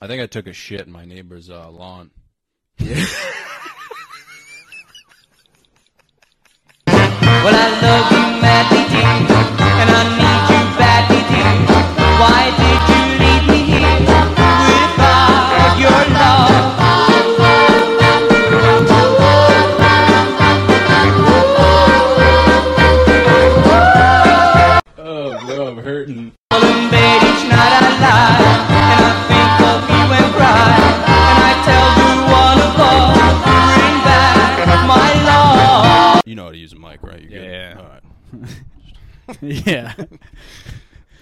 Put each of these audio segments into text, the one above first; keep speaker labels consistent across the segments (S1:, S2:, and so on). S1: I think I took a shit in my neighbor's uh, lawn.
S2: Well, I love you madly, dear, and I need you badly, dear. Why did you leave me here without your love?
S1: Oh, bro, I'm hurting.
S2: All in bed each night I lie, and I think of you and cry, and I tell you all of all, bring back my love.
S1: You know how to use a mic, right? You're
S3: Yeah.
S1: All right.
S3: yeah.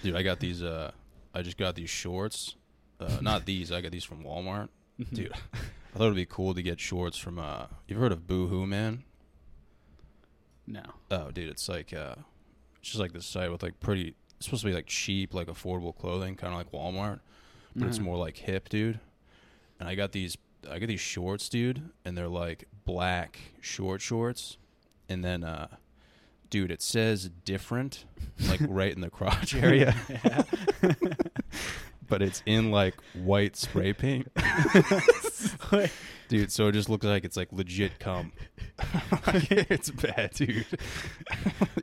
S1: Dude, I got these. Uh, I just got these shorts. Uh, not these. I got these from Walmart. Dude, I thought it'd be cool to get shorts from. Uh, you've heard of Boohoo Man?
S3: No.
S1: Oh, dude, it's like uh, it's just like this site with like pretty. It's supposed to be like cheap, like affordable clothing, kind of like Walmart, but it's more like hip, dude. And I got these. I got these shorts, dude, and they're like black short shorts, and then uh, dude, it says different, like right in the crotch area. but it's in like white spray paint, dude. So it just looks like it's like legit cum. it's bad, dude.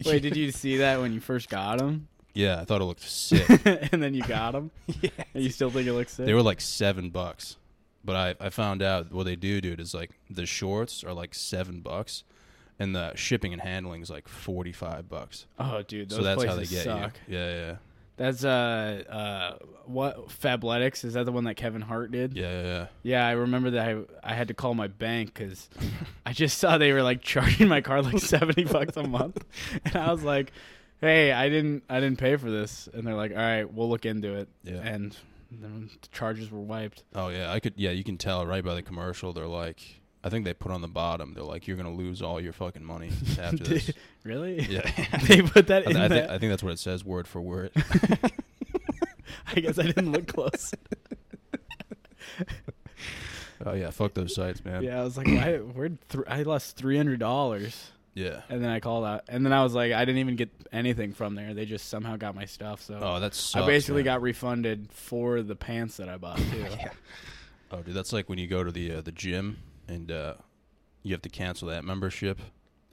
S3: Wait, did you see that when you first got them,
S1: Yeah, I thought it looked sick.
S3: and then you got them? yeah. And you still think it looks sick?
S1: they were like seven bucks, but I I found out what they do, dude, is like the shorts are like seven bucks, and the shipping and handling is like forty five bucks.
S3: oh, dude, those
S1: So that's how they
S3: places
S1: get
S3: suck.
S1: you. Yeah, yeah,
S3: That's uh, uh, what Fabletics is that the one that Kevin Hart did?
S1: yeah, yeah, yeah.
S3: Yeah, I remember that I I had to call my bank because I just saw they were like charging my card like seventy bucks a month, and I was like, "Hey, I didn't I didn't pay for this," and they're like, "All right, we'll look into it."
S1: Yeah.
S3: and then the charges were wiped.
S1: Oh yeah, I could. Yeah, you can tell right by the commercial. They're like, I think they put on the bottom. They're like, you're gonna lose all your fucking money after this.
S3: Really?
S1: Yeah,
S3: they put that
S1: I,
S3: in.
S1: th- I, think,
S3: that.
S1: I think that's what it says word for word.
S3: I guess I didn't look close.
S1: oh yeah, fuck those sites, man.
S3: yeah, I was like, "Why? Where? Th- I lost three hundred dollars."
S1: yeah.
S3: And then I called out, and then I was like, "I didn't even get anything from there. They just somehow got my stuff." So
S1: Oh, that's
S3: I basically got refunded for the pants that I bought too.
S1: Oh, dude, that's like when you go to the uh, the gym and uh, you have to cancel that membership.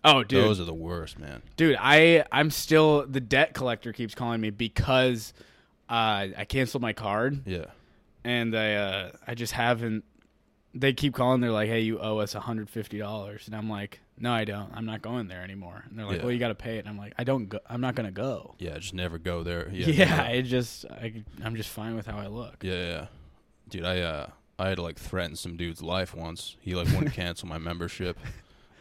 S3: Oh, dude,
S1: Those are the worst, man.
S3: dude, I I'm still the debt collector keeps calling me because uh, I canceled my card
S1: Yeah.
S3: and I uh, I just haven't. They keep calling. They're like, "Hey, you owe us 150 dollars," and I'm like, "No, I don't. I'm not going there anymore." And they're like,
S1: Yeah.
S3: "Well, you got to pay it." And I'm like, "I don't. Go- I'm not gonna go."
S1: Yeah, just never go there. Yeah.
S3: Yeah,
S1: never.
S3: I just I, I'm just fine with how I look.
S1: Yeah, yeah, yeah. Dude, I uh I had to like threaten some dude's life once. He like wouldn't cancel my membership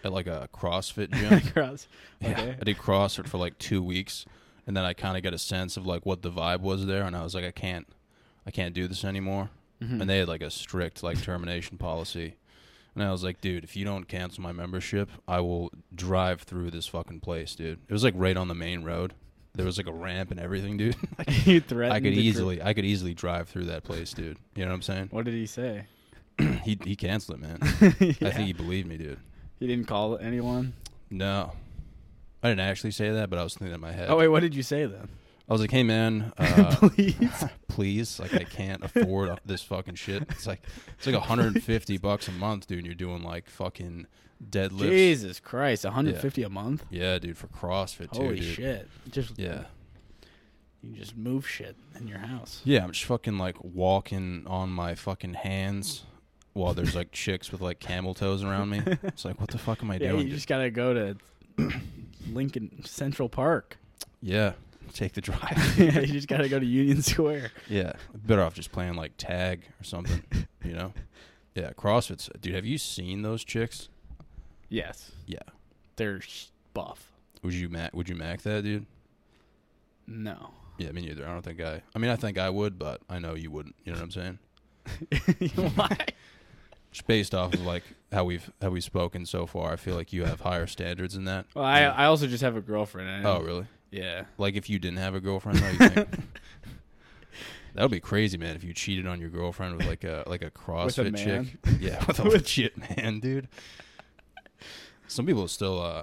S1: at like a CrossFit gym.
S3: Gross.
S1: Yeah.
S3: Okay.
S1: I did CrossFit for like 2 weeks and then I kind of got a sense of like what the vibe was there and I was like I can't I can't do this anymore.
S3: Mm-hmm.
S1: And they had like a strict like termination policy. And I was like, dude, if you don't cancel my membership, I will drive through this fucking place, dude. It was like right on the main road. There was like a ramp and everything, dude.
S3: you threatened.
S1: I could
S3: to dri-
S1: easily, I could easily drive through that place, dude. You know what I'm saying?
S3: what did he say?
S1: He he canceled it, man. I think he believed me, dude.
S3: He didn't call anyone.
S1: No, I didn't actually say that, but I was thinking in my head.
S3: Oh wait, what did you say then?
S1: I was like, hey man, uh,
S3: Please.
S1: please, like I can't afford this fucking shit. It's like it's like 150 bucks a month, dude. And you're doing like fucking deadlifts.
S3: Jesus Christ, 150 a month.
S1: Yeah, dude, for CrossFit too,
S3: Holy
S1: dude.
S3: shit! Just
S1: Yeah,
S3: you just move shit in your house.
S1: yeah. I'm just fucking like walking on my fucking hands. While there's like chicks with like camel toes around me, it's like, what the fuck am I
S3: Yeah,
S1: doing?
S3: you
S1: dude?
S3: just gotta go to Lincoln Central Park.
S1: Yeah. Take the drive.
S3: yeah, you just gotta go to Union Square.
S1: yeah. Better off just playing like tag or something, you know? Yeah, CrossFit's dude, have you seen those chicks?
S3: Yes,
S1: Yeah.
S3: they're sh- buff.
S1: Would you mac would you mac that, dude?
S3: No,
S1: Yeah, me neither. I don't think I I mean I think I would, but I know you wouldn't. You know what I'm saying?
S3: why?
S1: Just based off of like how we've how we've spoken so far, I feel like you have higher standards than that.
S3: Well, I I also just have a girlfriend. And
S1: oh really?
S3: yeah.
S1: Like if you didn't have a girlfriend though, you think That would be crazy, man, if you cheated on your girlfriend with like a like a CrossFit chick. Yeah, with a legit man, dude. Some people still uh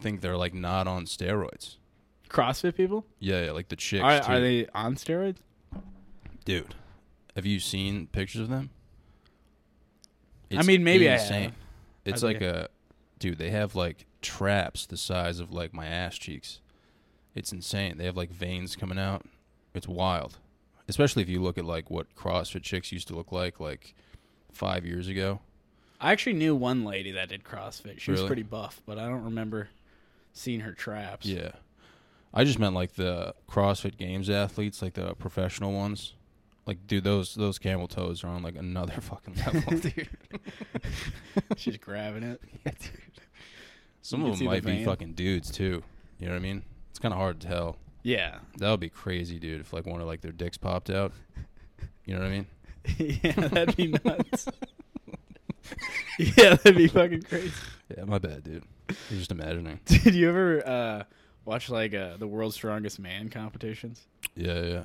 S1: think they're like not on steroids.
S3: CrossFit people
S1: Yeah, yeah, like the chicks
S3: are
S1: too.
S3: are they on steroids?
S1: dude. Have you seen pictures of them?
S3: I mean, maybe I have.
S1: It's
S3: I'd
S1: like
S3: be-
S1: a dude. They have like traps the size of like my ass cheeks. It's insane. They have like veins coming out. It's wild, especially if you look at like what CrossFit chicks used to look like like five years ago.
S3: I actually knew one lady that did CrossFit. She was
S1: Really?
S3: pretty buff, but I don't remember seeing her traps.
S1: Yeah, I just meant like the CrossFit Games athletes, like the professional ones. Like, dude, those those camel toes are on like another fucking level, dude.
S3: She's grabbing it.
S1: Some
S3: You can
S1: of
S3: see
S1: them
S3: the
S1: might be
S3: vein.
S1: fucking dudes too. You know what I mean? It's kind of hard to tell.
S3: Yeah.
S1: That would be crazy, dude. If like one of like their dicks popped out. You know what I mean?
S3: yeah, that'd be nuts. yeah, that'd be fucking crazy.
S1: Yeah, my bad, dude. You're just imagining.
S3: Did you ever uh, watch like uh, the World's Strongest Man competitions?
S1: Yeah, yeah.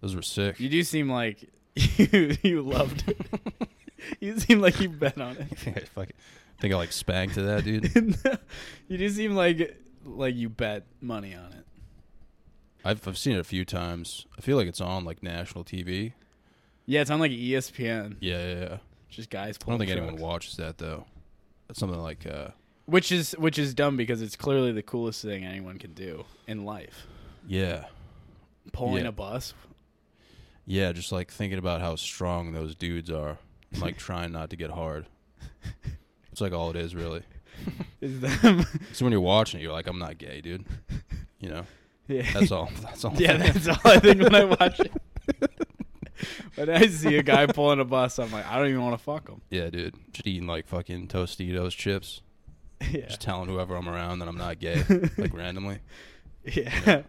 S1: Those were sick.
S3: You do seem like you you loved it. you seem like you bet on
S1: I think I fucking think I like spanked to that, dude.
S3: it. you do seem like like you bet money on it.
S1: I've I've seen it a few times. I feel like it's on like national TV.
S3: Yeah, it's on like E ESPN.
S1: Yeah, yeah. yeah.
S3: Just guys
S1: I
S3: pulling.
S1: don't think
S3: trucks.
S1: anyone watches that though. That's something like uh
S3: Which is which is dumb because it's clearly the coolest thing anyone can do in life.
S1: yeah.
S3: Pulling
S1: Yeah.
S3: a bus.
S1: Yeah, just like thinking about how strong those dudes are and like trying not to get hard. It's like all it is really.
S3: Is them
S1: So when you're watching it, you're like, I'm not gay, dude. You know?
S3: Yeah.
S1: That's all. That's all.
S3: yeah, that's all I think when I watch it. when I see a guy pulling a bus, I'm like, I don't even want to fuck him.
S1: Yeah, dude. Just eating like fucking Tostitos chips.
S3: Yeah.
S1: Just telling whoever I'm around that I'm not gay, like randomly.
S3: Yeah.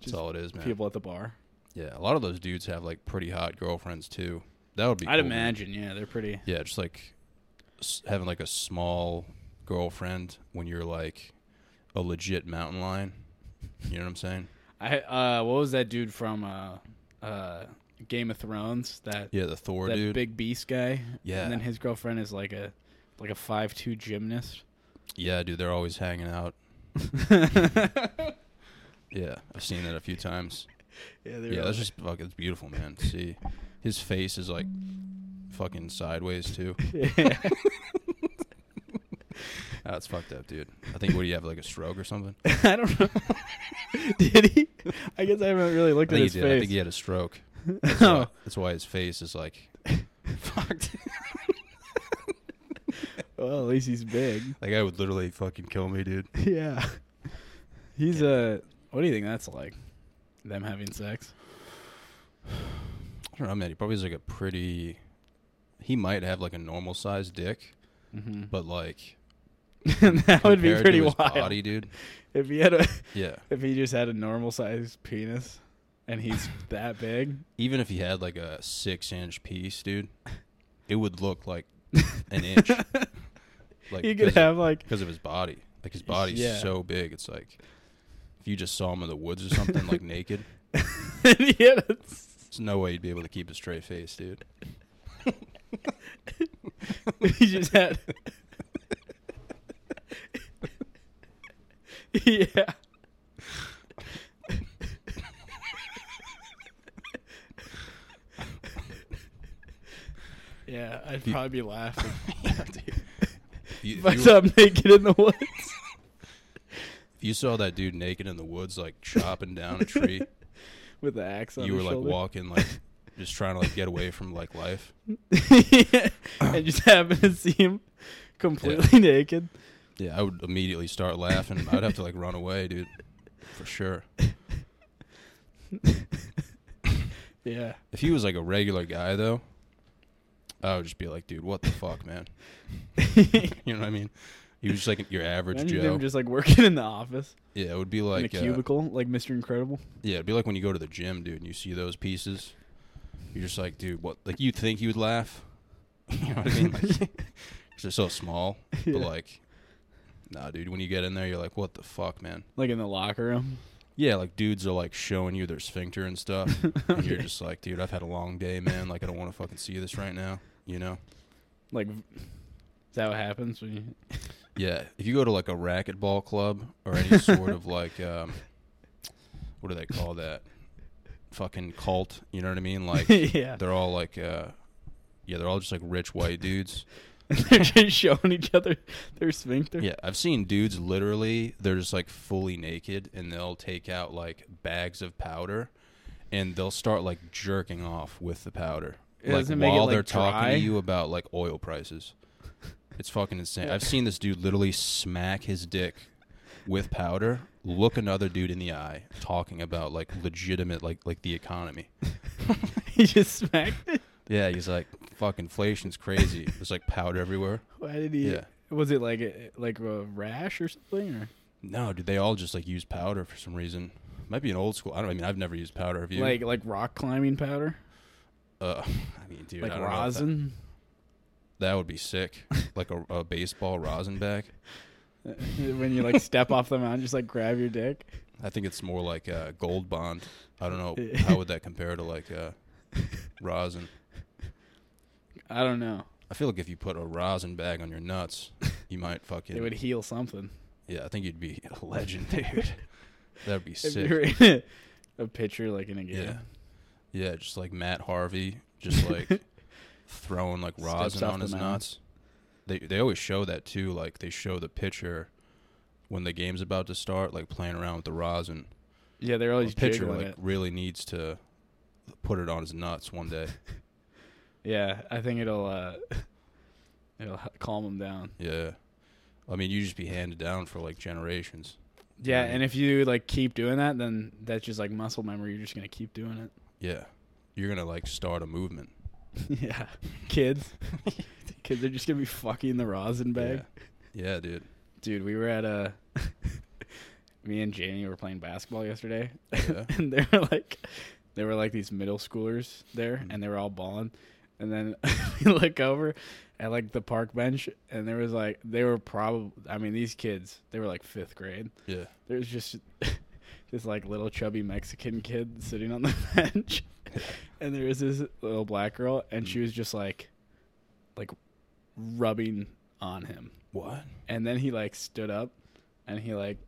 S1: That's all it is, man.
S3: People at the bar.
S1: Yeah, a lot of those dudes have like pretty hot girlfriends too. That would be.
S3: I'd
S1: cool, man.
S3: imagine, yeah, they're pretty.
S1: Yeah, just like s- having like a small girlfriend when you're like a legit mountain lion. You know what I'm saying?
S3: I uh what was that dude from uh uh Game of Thrones? That
S1: Yeah, the Thor
S3: that
S1: dude.
S3: big beast guy.
S1: Yeah.
S3: And then his girlfriend is like a like a five two gymnast.
S1: yeah, dude, they're always hanging out. Yeah, I've seen that a few times.
S3: Yeah, they're
S1: Yeah,
S3: all-
S1: that's just fucking it's beautiful, man. to See, his face is like fucking sideways too.
S3: Yeah.
S1: Ah, That's fucked up, dude. I think what do you have like a stroke or something? I
S3: I don't know. did he? I guess I haven't really looked at
S1: think he
S3: his
S1: did.
S3: face.
S1: I think he had a stroke. That's, why, that's why his face is like fucked.
S3: Well, at least he's big.
S1: that guy would literally fucking kill me, dude.
S3: Yeah. He's a. Uh, what do you think that's like? Them having sex?
S1: I don't know, man. He probably has like a pretty. He might have like a normal sized dick,
S3: Mm-hmm.
S1: but like
S3: that would be
S1: compared to
S3: pretty
S1: his
S3: wild.
S1: body, dude.
S3: If he had a,
S1: Yeah.
S3: if he just had a normal sized penis, and he's that big.
S1: Even if he had like a six inch piece, dude, it would look like an inch. like
S3: You could
S1: 'cause-
S3: have like
S1: because of his body. Like his body's
S3: Yeah.
S1: so big, it's like if you just saw him in the woods or something, like naked,
S3: he had a,
S1: there's no way you'd be able to keep a straight face, dude.
S3: he just had yeah yeah I'd
S1: You-
S3: probably be laughing
S1: If you,
S3: if I
S1: if, you,
S3: saw him naked in the woods
S1: if you saw that dude naked in the woods, like chopping down a tree,
S3: with the axe on
S1: you were
S3: his
S1: like
S3: shoulder.
S1: walking, like just trying to like get away from like life.
S3: and just happen to see him completely naked
S1: Yeah, I would immediately start laughing. I'd have to like run away, dude, for sure.
S3: yeah
S1: If he was like a regular guy though, I would just be like, dude, what the fuck, man? You know what I mean? He was just like your average
S3: Imagine
S1: Joe.
S3: him just like working in the office
S1: yeah, it would be like
S3: in a
S1: uh,
S3: cubicle like Mr. Incredible
S1: Yeah, it'd be like when you go to the gym, dude, and you see those pieces. You're just like, dude, what? Like, you think you would laugh? You know what I mean? Like, 'cause they're so small.
S3: Yeah.
S1: But, like, nah, dude, when you get in there, you're like, what the fuck, man?
S3: like in the locker room
S1: Yeah, like, dudes are, like, showing you their sphincter and stuff. And you're just like, dude, I've had a long day, man. Like, I don't want to fucking see this right now, you know?
S3: Like, v- is that what happens when you?
S1: Yeah, if you go to, like, a racquetball club or any sort of, like, um, what do they call that? fucking cult. You know what I mean? Like
S3: yeah.
S1: they're all like, uh, yeah, they're all just like rich white dudes.
S3: They're just showing each other their sphincter.
S1: Yeah, I've seen dudes literally they're just like fully naked and they'll take out like bags of powder and they'll start like jerking off with the powder.
S3: Yeah,
S1: like
S3: doesn't it make it,
S1: while
S3: like,
S1: they're talking
S3: dry?
S1: to you about like oil prices. It's fucking insane. I've seen this dude literally smack his dick with powder, look another dude in the eye, talking about like legitimate like like the economy.
S3: he just smacked it.
S1: Yeah, he's like fuck inflation's crazy. There's like powder everywhere.
S3: Why did he?
S1: Yeah.
S3: Was it like a, like a rash or something? Or
S1: No, dude, they all just like use powder for some reason. Might be an old school. I don't. I mean, I've never used powder. Have you?
S3: like like rock climbing powder,
S1: uh, I mean, dude, I
S3: like
S1: don't know if that-
S3: rosin.
S1: That, would be sick. Like a, a baseball rosin bag.
S3: when you like step off the mountain, just like grab your dick.
S1: I think it's more like uh, gold bond. I don't know how would that compare to like uh, rosin.
S3: I don't know.
S1: I feel like if you put a rosin bag on your nuts, you might fucking.
S3: It would heal something.
S1: yeah, I think you'd be a legend, dude. That'd be
S3: If
S1: sick.
S3: you're in a, a picture like in a game.
S1: Yeah. Yeah, just like Matt Harvey, just like throwing like
S3: Steps
S1: rosin
S3: off
S1: on
S3: the
S1: his
S3: mound.
S1: nuts. They they always show that too. Like they show the picture when the game's about to start, like playing around with the rosin.
S3: Yeah, they're always
S1: the pitcher
S3: Oh, jiggling
S1: like
S3: it.
S1: really needs to put it on his nuts one day.
S3: Yeah, I think it'll uh it'll h- calm them down.
S1: yeah. I mean, you just be handed down for like generations.
S3: Yeah,
S1: Right.
S3: and if you like keep doing that, then that's just like muscle memory. You're just gonna keep doing it.
S1: Yeah. You're going to like start a movement.
S3: yeah, kids, kids are just gonna be fucking the rosin bag.
S1: Yeah, yeah dude.
S3: Dude, we were at a. me and Jamie were playing basketball yesterday,
S1: Yeah.
S3: and they were like, they were like these middle schoolers there,
S1: Mm-hmm.
S3: and they were all balling. And then we look over at like the park bench, and there was like they were probably. I mean, these kids, they were like fifth grade.
S1: Yeah.
S3: There's just this like little chubby Mexican kid sitting on the bench, and there was this little black girl, and she was just like, like, rubbing on him
S1: What?
S3: and then he like stood up and he like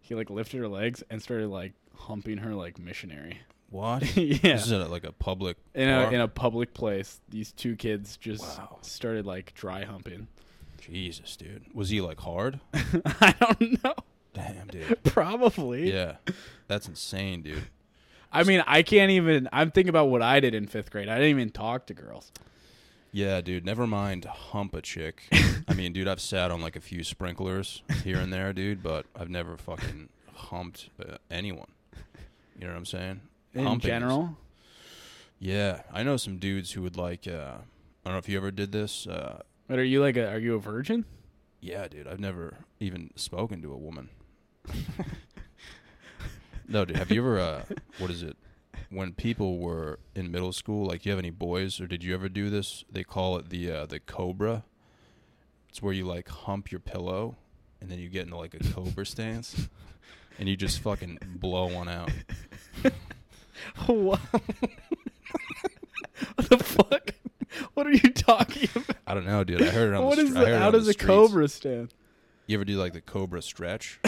S3: he like lifted her legs and started like humping her like missionary
S1: What?
S3: yeah
S1: This is at like a public
S3: in a
S1: park?
S3: in a public place these two kids just
S1: Wow.
S3: started like dry humping
S1: Jesus, dude. Was he like hard?
S3: i don't know
S1: Damn, dude.
S3: probably
S1: Yeah. That's insane, dude.
S3: i mean i can't even i'm thinking about what i did in fifth grade i didn't even talk to girls
S1: Yeah, dude. Never mind hump a chick. I mean, dude, I've sat on like a few sprinklers here and there, dude, but I've never fucking humped uh, anyone. You know what I'm saying?
S3: in
S1: Humping is-
S3: general
S1: Yeah. I know some dudes who would like, uh, I don't know if you ever did this. Uh,
S3: but are you like a are you a virgin
S1: yeah, dude. I've never even spoken to a woman. no, dude. Have you ever, uh, what is it? When people were in middle school, like, do you have any boys, or did you ever do this? They call it the uh, the cobra. It's where you like hump your pillow, and then you get into like a cobra stance, and you just fucking blow one out.
S3: what What the fuck what are you talking about
S1: I don't know, dude. I heard it on
S3: what
S1: the
S3: is
S1: street.
S3: the, how does a cobra stand
S1: You ever do like the cobra stretch?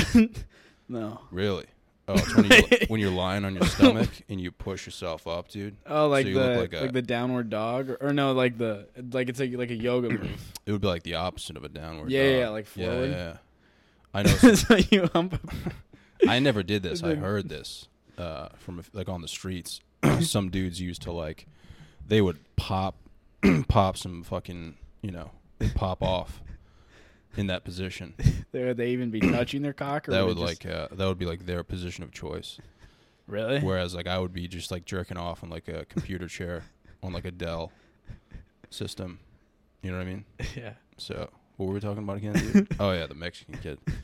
S3: no
S1: Really? Oh, it's when, you, when you're lying on your stomach and you push yourself up, dude.
S3: Oh, like
S1: so you
S3: the
S1: look
S3: like,
S1: like a,
S3: the downward dog, or, or no, like the like it's like like a yoga move.
S1: it would be like the opposite of a downward.
S3: Yeah, yeah,
S1: dog.
S3: like
S1: Yeah,
S3: forward.
S1: Yeah, yeah. I know.
S3: so you hump.
S1: I never did this. I heard this uh, from a f- like on the streets. some dudes used to like they would pop pop some fucking you know they pop off in that position.
S3: They would they even be touching their cock? Or
S1: That
S3: would
S1: would
S3: it just-
S1: like uh, that would be like their position of choice.
S3: really.
S1: Whereas like I would be just like jerking off on like a computer chair on like a Dell system. You know what I mean?
S3: yeah.
S1: So what were we talking about again? Dude? oh yeah, the Mexican kid. Did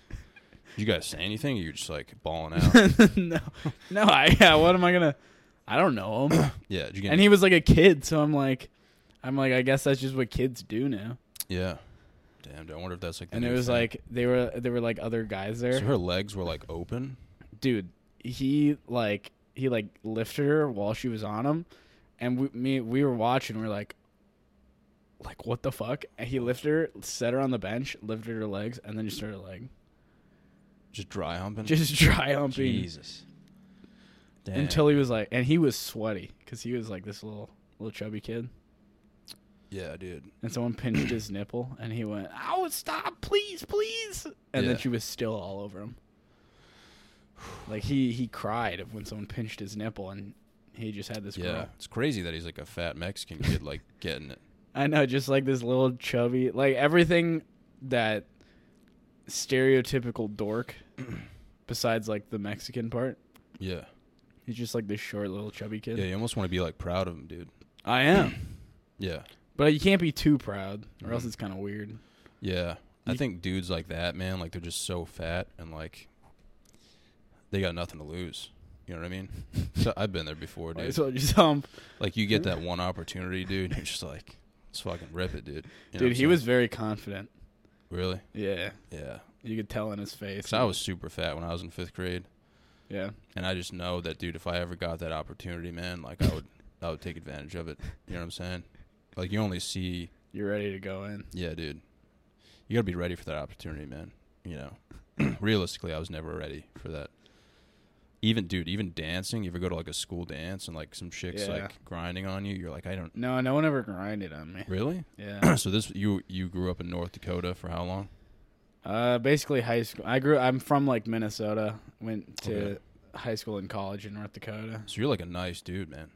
S1: you guys say anything? Or you're just like balling out.
S3: no, no. I yeah. What am I gonna? I don't know him.
S1: yeah. Did you get
S3: and he was like a kid, so I'm like, I'm like, I guess that's just what kids do now.
S1: yeah. Damn. Dude, I wonder if that's like. The
S3: And it
S1: new
S3: was
S1: thing.
S3: like they were there were like other guys
S1: So
S3: there.
S1: her legs were like open.
S3: dude, he like he like lifted her while she was on him, and we me we were watching. We are like, like what the fuck? And he lifted her, set her on the bench, lifted her legs, and then just started like
S1: Just dry humping.
S3: just dry humping.
S1: Jesus. Dang.
S3: until he was like, and he was sweaty because he was like this little little chubby kid,
S1: yeah, dude.
S3: and someone pinched his nipple, and he went, "Oh, stop, please, please!" And
S1: Yeah.
S3: then she was still all over him. Like he he cried when someone pinched his nipple, and he just had this.
S1: Yeah,
S3: grow.
S1: it's crazy that he's like a fat Mexican kid, like getting it.
S3: I know, just like this little chubby, like everything that stereotypical dork, besides like the Mexican part.
S1: Yeah,
S3: He's just like this short little chubby kid.
S1: yeah. You almost want to be like proud of him, dude.
S3: I am,
S1: Yeah,
S3: but you can't be too proud, or else
S1: Mhm.
S3: it's kind of weird.
S1: yeah. I
S3: You-
S1: think dudes like that, man, like they're just so fat and like they got nothing to lose. You know what I mean? so I've been there before, dude.
S3: Like, so just um,
S1: Like you get that one opportunity, dude. And you're just like, let's fucking rip it, dude. You know what
S3: dude,
S1: I'm
S3: he
S1: saying?
S3: was very confident.
S1: really,
S3: Yeah,
S1: yeah.
S3: you could tell in his face.
S1: Cause I was super fat when I was in fifth grade,
S3: yeah,
S1: and I just know that, dude. If I ever got that opportunity, man, like I would, I would take advantage of it. You know what I'm saying? Like you only see
S3: you're ready to go in.
S1: Yeah, dude. You gotta be ready for that opportunity, man. You know. Realistically, I was never ready for that. Even dude, even dancing, you ever go to like a school dance and like some chicks
S3: Yeah.
S1: like grinding on you, you're like, I don't
S3: No, no one ever grinded on me.
S1: Really?
S3: Yeah,
S1: so this you you grew up in North Dakota for how long?
S3: uh, basically high school. I grew. I'm from like Minnesota. Went to
S1: Okay.
S3: high school and college in North Dakota.
S1: So you're like a nice dude, man.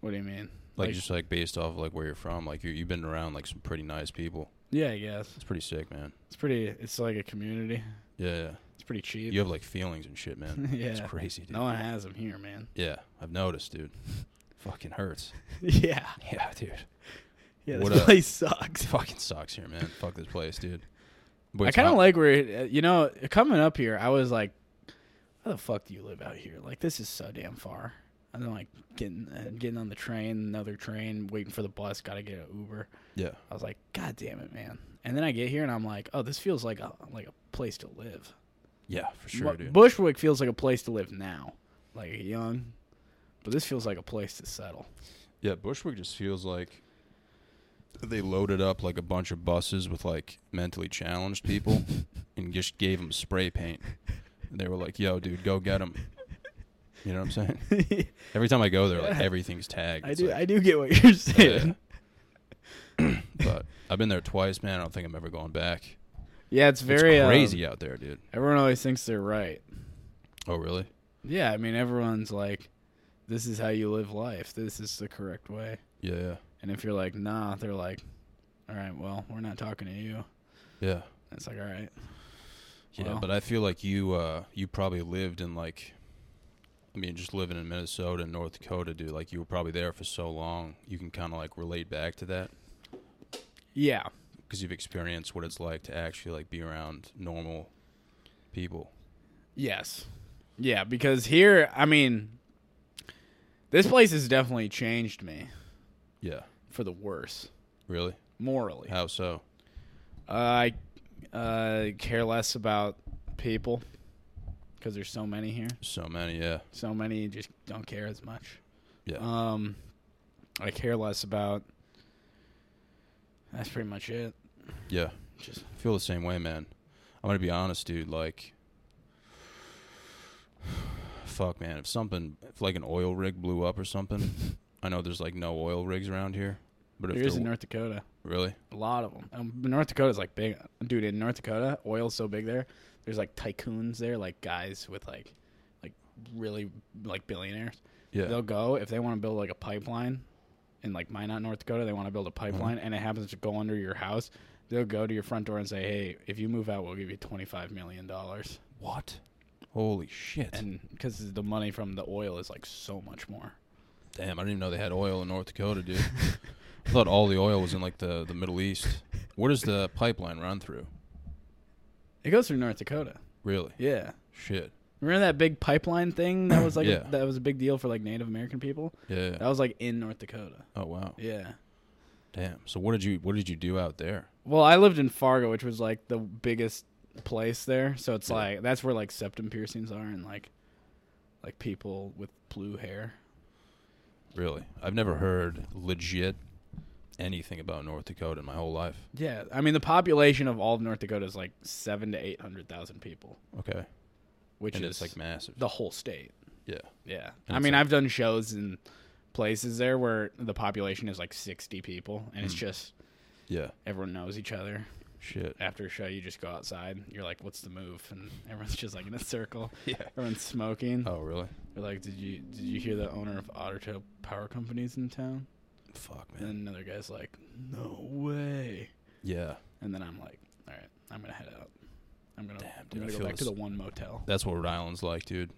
S3: What do you mean?
S1: Like, just like based off of like where you're from, like you you've been around like some pretty nice people.
S3: yeah, I guess
S1: It's pretty sick, man.
S3: it's pretty. It's like a community.
S1: Yeah,
S3: It's pretty
S1: yeah.
S3: cheap.
S1: You have like feelings and shit, man.
S3: yeah,
S1: It's crazy, dude.
S3: no one has them here, man.
S1: Yeah, I've noticed, dude. Fucking hurts.
S3: yeah,
S1: Yeah, dude.
S3: yeah.
S1: What
S3: This
S1: up?
S3: place sucks.
S1: fucking sucks here, man. Fuck this place, dude. But
S3: I
S1: it's
S3: kind of
S1: hot.
S3: like where uh, you know coming up here. I was like, "How the fuck do you live out here? Like this is so damn far." And then like getting uh, getting on the train, another train, waiting for the bus, gotta get an Uber.
S1: yeah,
S3: I was like, "God damn it, man!" And then I get here and I'm like, "Oh, this feels like a like a place to live."
S1: yeah, for sure,
S3: Bu-
S1: dude.
S3: Bushwick feels like a place to live now, like young, but this feels like a place to settle.
S1: yeah, Bushwick just feels like they loaded up like a bunch of buses with like mentally challenged people and just gave them spray paint. And they were like, "Yo, dude, go get them." You know what I'm saying? Every time I go there, like
S3: Yeah.
S1: everything's tagged.
S3: I
S1: It's
S3: do
S1: like-
S3: I do get what you're saying.
S1: Yeah. but I've been there twice, man. I don't think I'm ever going back.
S3: Yeah, it's very
S1: it's
S3: um,
S1: crazy out there, dude.
S3: everyone always thinks they're right.
S1: Oh, really?
S3: Yeah, I mean everyone's like, this is how you live life. This is the correct way.
S1: Yeah, yeah,
S3: And if you're like, nah, they're like, all right, well, we're not talking to you.
S1: yeah.
S3: And it's like, all right,
S1: Yeah,
S3: Wow.
S1: but I feel like you uh, you probably lived in like, I mean, just living in Minnesota and North Dakota, dude. Like you were probably there for so long, you can kind of like relate back to that
S3: yeah,
S1: because you've experienced what it's like to actually like be around normal people.
S3: yes, yeah. Because here, I mean, this place has definitely changed me
S1: Yeah,
S3: for the worse
S1: really?
S3: morally.
S1: How so?
S3: I uh, care less about people because there's so many here.
S1: So many, yeah,
S3: So many just don't care as much.
S1: yeah,
S3: Um, I care less about. That's pretty much it.
S1: yeah.
S3: Just
S1: I feel the same way, man. I'm gonna be honest, dude. Like, fuck, man. If something, if like an oil rig blew up or something, I know there's like no oil rigs around here. But if
S3: there is
S1: there
S3: in
S1: w-
S3: North Dakota
S1: really,
S3: a lot of them. Um, North Dakota's like big, dude. In North Dakota, oil's so big there. There's like tycoons there, like guys with like, like really like billionaires.
S1: yeah,
S3: They'll go if they want to build like a pipeline, in like Minot, North Dakota. They want to build a
S1: Uh-huh.
S3: pipeline, and it happens to go under your house. They'll go to your front door and say, "Hey, if you move out, we'll give you twenty five million dollars."
S1: What? Holy shit.
S3: And because the money from the oil is like so much more.
S1: Damn, I didn't even know they had oil in North Dakota, dude. I thought all the oil was in like the, the Middle East. Where does the pipeline run through?
S3: It goes through North Dakota.
S1: Really?
S3: Yeah.
S1: Shit.
S3: Remember that big pipeline thing that was like
S1: Yeah.
S3: that was a big deal for like Native American people?
S1: Yeah.
S3: That was like in North Dakota.
S1: Oh wow.
S3: Yeah.
S1: Damn. So what did you what did you do out there?
S3: Well, I lived in Fargo, which was like the biggest place there. So it's
S1: Yeah.
S3: like that's where like septum piercings are and like like people with blue hair.
S1: Really? I've never heard legit anything about North Dakota in my whole life.
S3: Yeah. I mean the population of all of North Dakota is like seven to eight hundred thousand people,
S1: Okay.
S3: which
S1: and
S3: is
S1: it's like massive.
S3: the whole state.
S1: Yeah.
S3: Yeah.
S1: And
S3: I
S1: it's
S3: mean,
S1: like-
S3: I've done shows in places there where the population is like 60 people and
S1: Hmm.
S3: it's just
S1: Yeah.
S3: everyone knows each other.
S1: Shit.
S3: After a show, you just go outside. You're like, "What's the move?" And everyone's just like in a circle.
S1: Yeah.
S3: Everyone's smoking.
S1: Oh, really?
S3: You're like, "Did you did you hear the owner of Otter Tail Power Companies in town?"
S1: Fuck,
S3: And
S1: man.
S3: then another guy's like, "No way."
S1: Yeah.
S3: And then I'm like, "All right, I'm gonna head out. I'm gonna
S1: Damn, dude,
S3: I'm
S1: I
S3: gonna go
S1: feel
S3: back to
S1: this-
S3: the one motel."
S1: That's what Rhode Island's like, dude.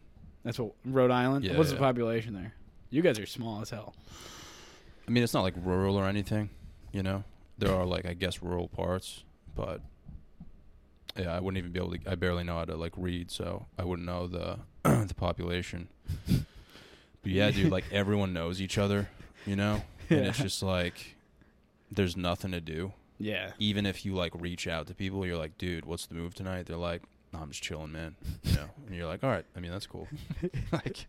S3: That's what Rhode Island.
S1: Yeah,
S3: What's the
S1: yeah.
S3: population there? You guys are small as hell.
S1: I mean, it's not like rural or anything, you know. There are like I guess rural parts, but yeah, I wouldn't even be able to. I barely know how to like read, so I wouldn't know the the population. But yeah, dude, like everyone knows each other, you know, and it's
S3: Yeah.
S1: just like there's nothing to do.
S3: Yeah.
S1: Even if you like reach out to people, you're like, dude, what's the move tonight? They're like, "No, I'm just chilling, man. You know, and you're like, all right. I mean, that's cool. like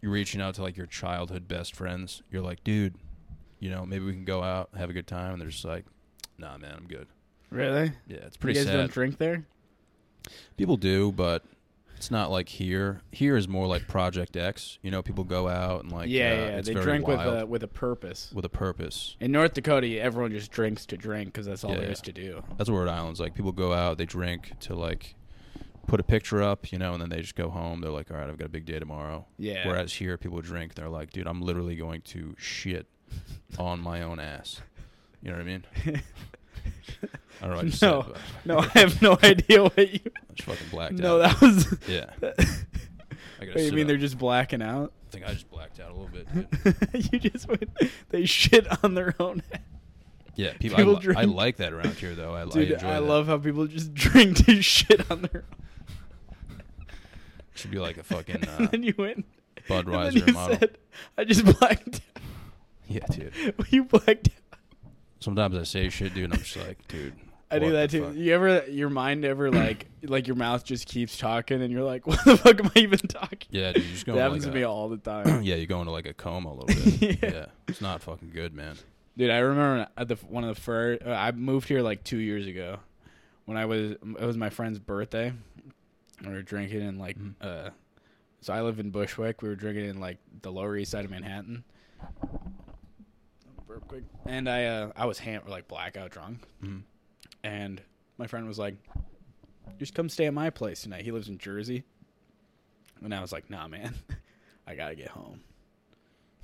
S1: you're reaching out to like your childhood best friends. You're like, dude, you know, maybe we can go out, have a good time, and they're just like, nah, man, I'm good.
S3: Really?
S1: Yeah, it's pretty
S3: you guys
S1: sad.
S3: don't drink there?
S1: people do, but it's not like here. Here is more like Project X. You know, people go out and like,
S3: yeah,
S1: uh,
S3: yeah.
S1: it's
S3: They
S1: very
S3: drink with
S1: wild,
S3: a with a purpose.
S1: with a purpose.
S3: In North Dakota, everyone just drinks to drink because that's all
S1: Yeah,
S3: there
S1: yeah.
S3: is to do.
S1: That's what Rhode Island's like. People go out, they drink to like put a picture up, you know, and then they just go home. They're like, all right, I've got a big day tomorrow.
S3: Yeah.
S1: Whereas here, people drink. They're like, dude, I'm literally going to shit on my own ass. You know what I mean? I don't know. I just,
S3: No.
S1: said, but
S3: No, I have no idea what you.
S1: I just fucking blacked
S3: No,
S1: out.
S3: that was.
S1: yeah. I gotta
S3: Wait, you
S1: sit
S3: mean
S1: up.
S3: they're just blacking out?
S1: I think I just blacked out a little bit. Dude.
S3: you just went. They shit on their own.
S1: Yeah, people.
S3: People
S1: I, li- I
S3: drink.
S1: like that around here, though. I, I
S3: Dude,
S1: enjoy
S3: I,
S1: that.
S3: love how people just drink to shit on their own.
S1: Should be like a fucking uh,
S3: and then you went. and
S1: Budweiser
S3: then you
S1: model.
S3: said, "I just blacked.
S1: yeah, dude.
S3: out." you blacked. out.
S1: Sometimes I say shit, dude, and I'm just like, dude.
S3: I
S1: what
S3: do that
S1: the
S3: too.
S1: fuck?
S3: You ever your mind ever like like your mouth just keeps talking and you're like, what the fuck am I even talking?
S1: Yeah, dude. You just
S3: that
S1: go.
S3: happens
S1: like
S3: to me
S1: a-
S3: all the time,
S1: yeah, you go into like a coma a little bit.
S3: Yeah.
S1: yeah. it's not fucking good, man.
S3: dude. I remember at the one of the first. Uh, I moved here like two years ago, when I was it was my friend's birthday. We were drinking in like uh, so I live in Bushwick. We were drinking in like the Lower East Side of Manhattan. Burp quick. And I uh, I was ham like blackout drunk,
S1: Mhm.
S3: and my friend was like, "Just come stay at my place tonight." He lives in Jersey, and I was like, "Nah, man, I gotta get home."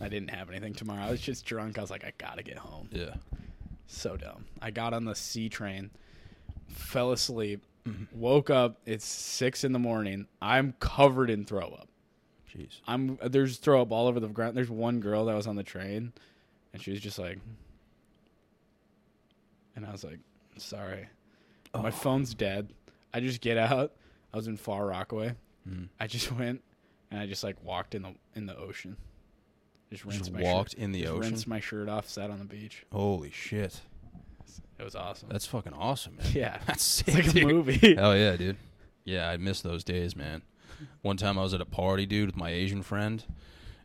S3: I didn't have anything tomorrow. I was just drunk. I was like, "I gotta get home."
S1: Yeah,
S3: So dumb. I got on the C train, fell asleep,
S1: Mm-hmm.
S3: woke up. It's six in the morning. I'm covered in throw up.
S1: jeez.
S3: I'm there's throw up all over the ground. There's one girl that was on the train, and she was just like, and I was like, sorry,
S1: Oh.
S3: my phone's dead. I just get out. I was in Far Rockaway.
S1: Mm-hmm.
S3: I just went and I just like walked in the in the ocean. Just rinsed my
S1: walked
S3: shirt.
S1: in the
S3: just
S1: ocean?
S3: Rinsed my shirt off. Sat on the beach.
S1: Holy shit,
S3: It was awesome.
S1: that's fucking awesome, man.
S3: yeah,
S1: that's sick,
S3: it's like
S1: dude.
S3: a movie.
S1: Hell yeah, dude. Yeah, I miss those days, man. One time I was at a party, dude, with my Asian friend,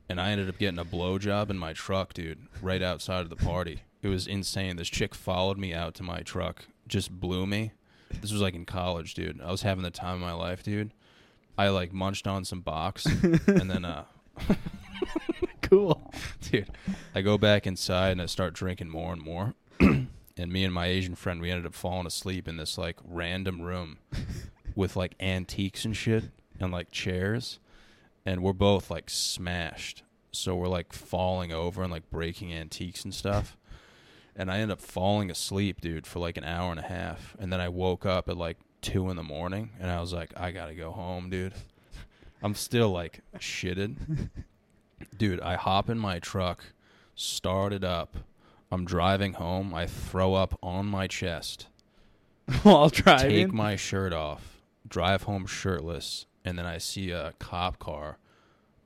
S1: and I ended up getting a blowjob in my truck, dude, right outside of the party. It was insane. This chick followed me out to my truck, just blew me. This was like in college, dude. I was having the time of my life, dude. I like munched on some box, and then uh,
S3: cool.
S1: dude. I go back inside and I start drinking more and more. and me and my Asian friend, we ended up falling asleep in this like random room with like antiques and shit and like chairs. And we're both like smashed. So we're like falling over and like breaking antiques and stuff. And I end up falling asleep, dude, for like an hour and a half. And then I woke up at like two in the morning and I was like, I gotta go home, dude. I'm still like shitted dude i hop in my truck start it up i'm driving home i throw up on my chest
S3: While driving,
S1: take my shirt off drive home shirtless and then i see a cop car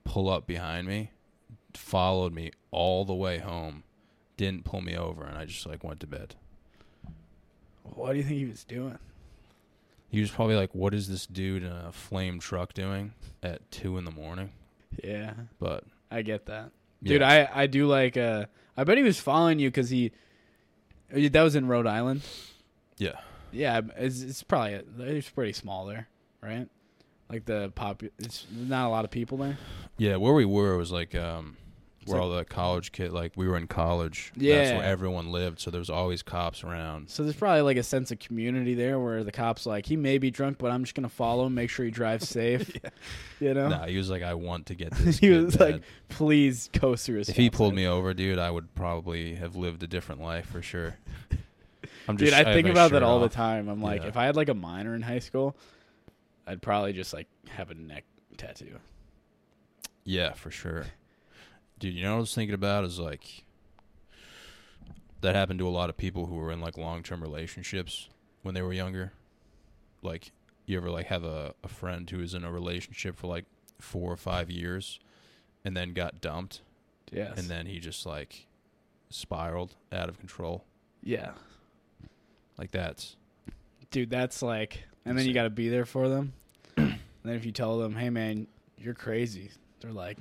S1: pull up behind me followed me all the way home didn't pull me over and i just like went to bed
S3: what do you think he was doing?
S1: he was probably like what is this dude in a flame truck doing at two in the morning
S3: Yeah.
S1: but
S3: I get that,
S1: Yeah.
S3: dude. I I do like. Uh, I bet he was following you because he. uh, That was in Rhode Island.
S1: yeah
S3: Yeah, it's, it's probably it's pretty small there, right? Like the pop, it's not a lot of people there.
S1: Yeah, where we were was like um where
S3: like-
S1: all the college kid like we were in college. That's
S3: Yeah.
S1: where everyone lived, so there was always cops around.
S3: So there's probably like a sense of community there where the cops like he may be drunk, but I'm just gonna follow him, make sure he drives safe. You know,
S1: Nah, he was like, I want to get this.
S3: he
S1: kid
S3: was
S1: bad."
S3: like, please go through.
S1: if he pulled me over, dude, I would probably have lived a different life for sure. I'm
S3: Dude, I
S1: have
S3: think
S1: my
S3: about that
S1: shirt
S3: all
S1: off.
S3: the time. I'm like,
S1: Yeah.
S3: if I had like a minor in high school, I'd probably just like have a neck tattoo.
S1: Yeah, for sure. Dude, you know what I was thinking about is like that happened to a lot of people who were in like long term relationships when they were younger. Like you ever like have a, a friend who was in a relationship for like four or five years and then got dumped
S3: Yes.
S1: and then he just like spiraled out of control.
S3: yeah,
S1: Like that's
S3: dude, that's like, and then you
S1: Insane.
S3: got to be there for them. and then if you tell them, hey man, you're crazy, they're like,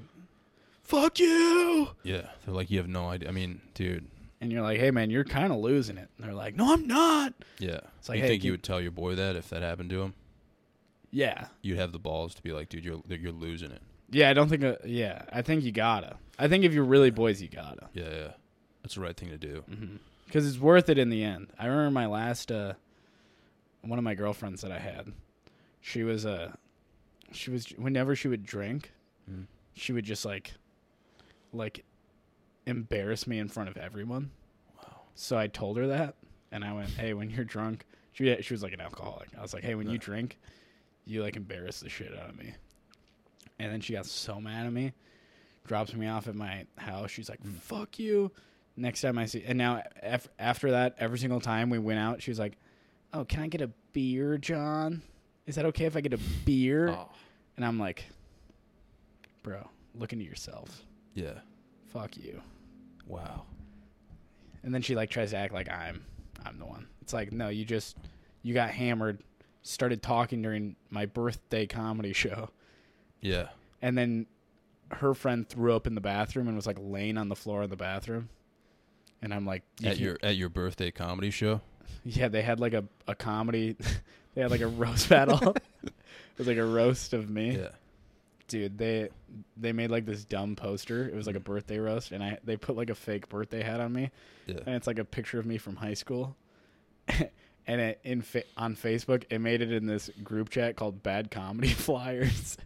S3: fuck you.
S1: yeah. They're like you have no idea I mean, dude,
S3: And you're like, hey man, you're kind of losing it. And they're like, no, I'm not.
S1: yeah.
S3: It's like,
S1: you
S3: hey,
S1: think
S3: keep-
S1: you would tell your boy that if that happened to him?
S3: Yeah,
S1: You'd have the balls to be like, dude, you're you're losing it.
S3: yeah. I don't think. Uh, yeah, I think you gotta. I think if you're really boys, you gotta.
S1: Yeah, yeah. That's the right thing to do.
S3: because it's worth it in the end. I remember my last uh, one of my girlfriends that I had. She was uh, she was whenever she would drink,
S1: Mm.
S3: she would just like, like, embarrass me in front of everyone. Wow. So I told her that, and I went, "Hey, when you're drunk," she she was like an alcoholic. I was like, "Hey, when you drink, you like embarrass the shit out of me." And then she got so mad at me, drops me off at my house. She's like, "Fuck you." Next time I see, and now af- after that, every single time we went out, she was like, "Oh, can I get a beer, John? Is that okay if I get a beer?"
S1: Oh.
S3: And I'm like, "Bro, look into yourself.
S1: Yeah.
S3: Fuck you."
S1: Wow.
S3: And then she like tries to act like I'm, I'm the one. It's like, no, you just, you got hammered, started talking during my birthday comedy show,
S1: Yeah.
S3: and then her friend threw up in the bathroom and was like laying on the floor in the bathroom. And I'm like, you
S1: at
S3: can-
S1: your at your birthday comedy show.
S3: Yeah, they had like a, a comedy. they had like a roast battle. it was like a roast of me,
S1: Yeah.
S3: dude. They they made like this dumb poster. It was like a birthday roast, and I they put like a fake birthday hat on me,
S1: Yeah.
S3: and it's like a picture of me from high school. and it, in fa- on Facebook, it made it in this group chat called Bad Comedy Flyers,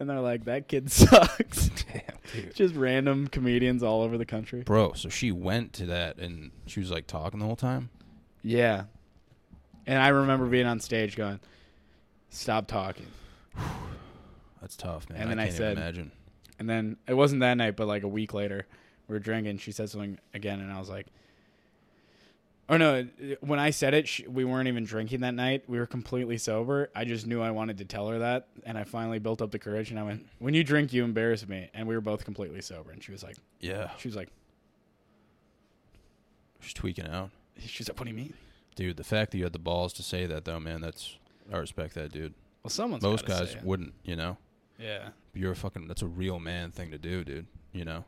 S3: and they're like, "That kid sucks." Just random comedians all over the country.
S1: Bro, so she went to that and she was like talking the whole time?
S3: Yeah. And I remember being on stage going, "Stop talking."
S1: That's tough, man.
S3: And then I
S1: I can't even
S3: said-
S1: imagine.
S3: And then it wasn't that night, but like a week later, we were drinking. She said something again, and I was like, "Oh no!" it- it- When I said it, she, we weren't even drinking that night. We were completely sober. I just knew I wanted to tell her that, and I finally built up the courage. And I went, "When you drink, you embarrass me." And we were both completely sober. And she was like,
S1: Yeah.
S3: "She was like,
S1: She's tweaking out.
S3: she's like, what do you mean?"
S1: Dude, the fact that you had the balls to say that though, man, that's I respect that dude.
S3: Well, someone's
S1: Most
S3: gotta
S1: guys
S3: say it.
S1: wouldn't, you know?
S3: yeah,
S1: You're a fucking that's a real man thing to do, dude. You know?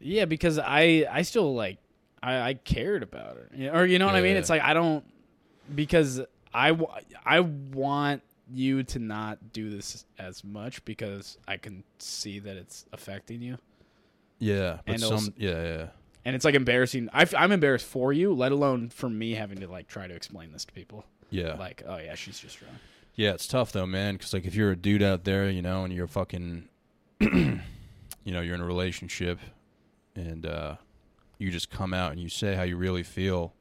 S3: yeah, because I, I still like, I, I cared about her, You- or you know what I mean?
S1: Yeah.
S3: It's like I don't because I, wa- I want you to not do this as much because I can see that it's affecting you.
S1: Yeah. But
S3: And
S1: some
S3: also-
S1: yeah, yeah.
S3: And it's like embarrassing. I, am embarrassed for you, let alone for me having to like try to explain this to people.
S1: Yeah.
S3: Like, oh yeah, she's just wrong.
S1: Yeah, it's tough though, man. Because like, if you're a dude out there, you know, and you're fucking, you know, you're in a relationship, and uh, you just come out and you say how you really feel,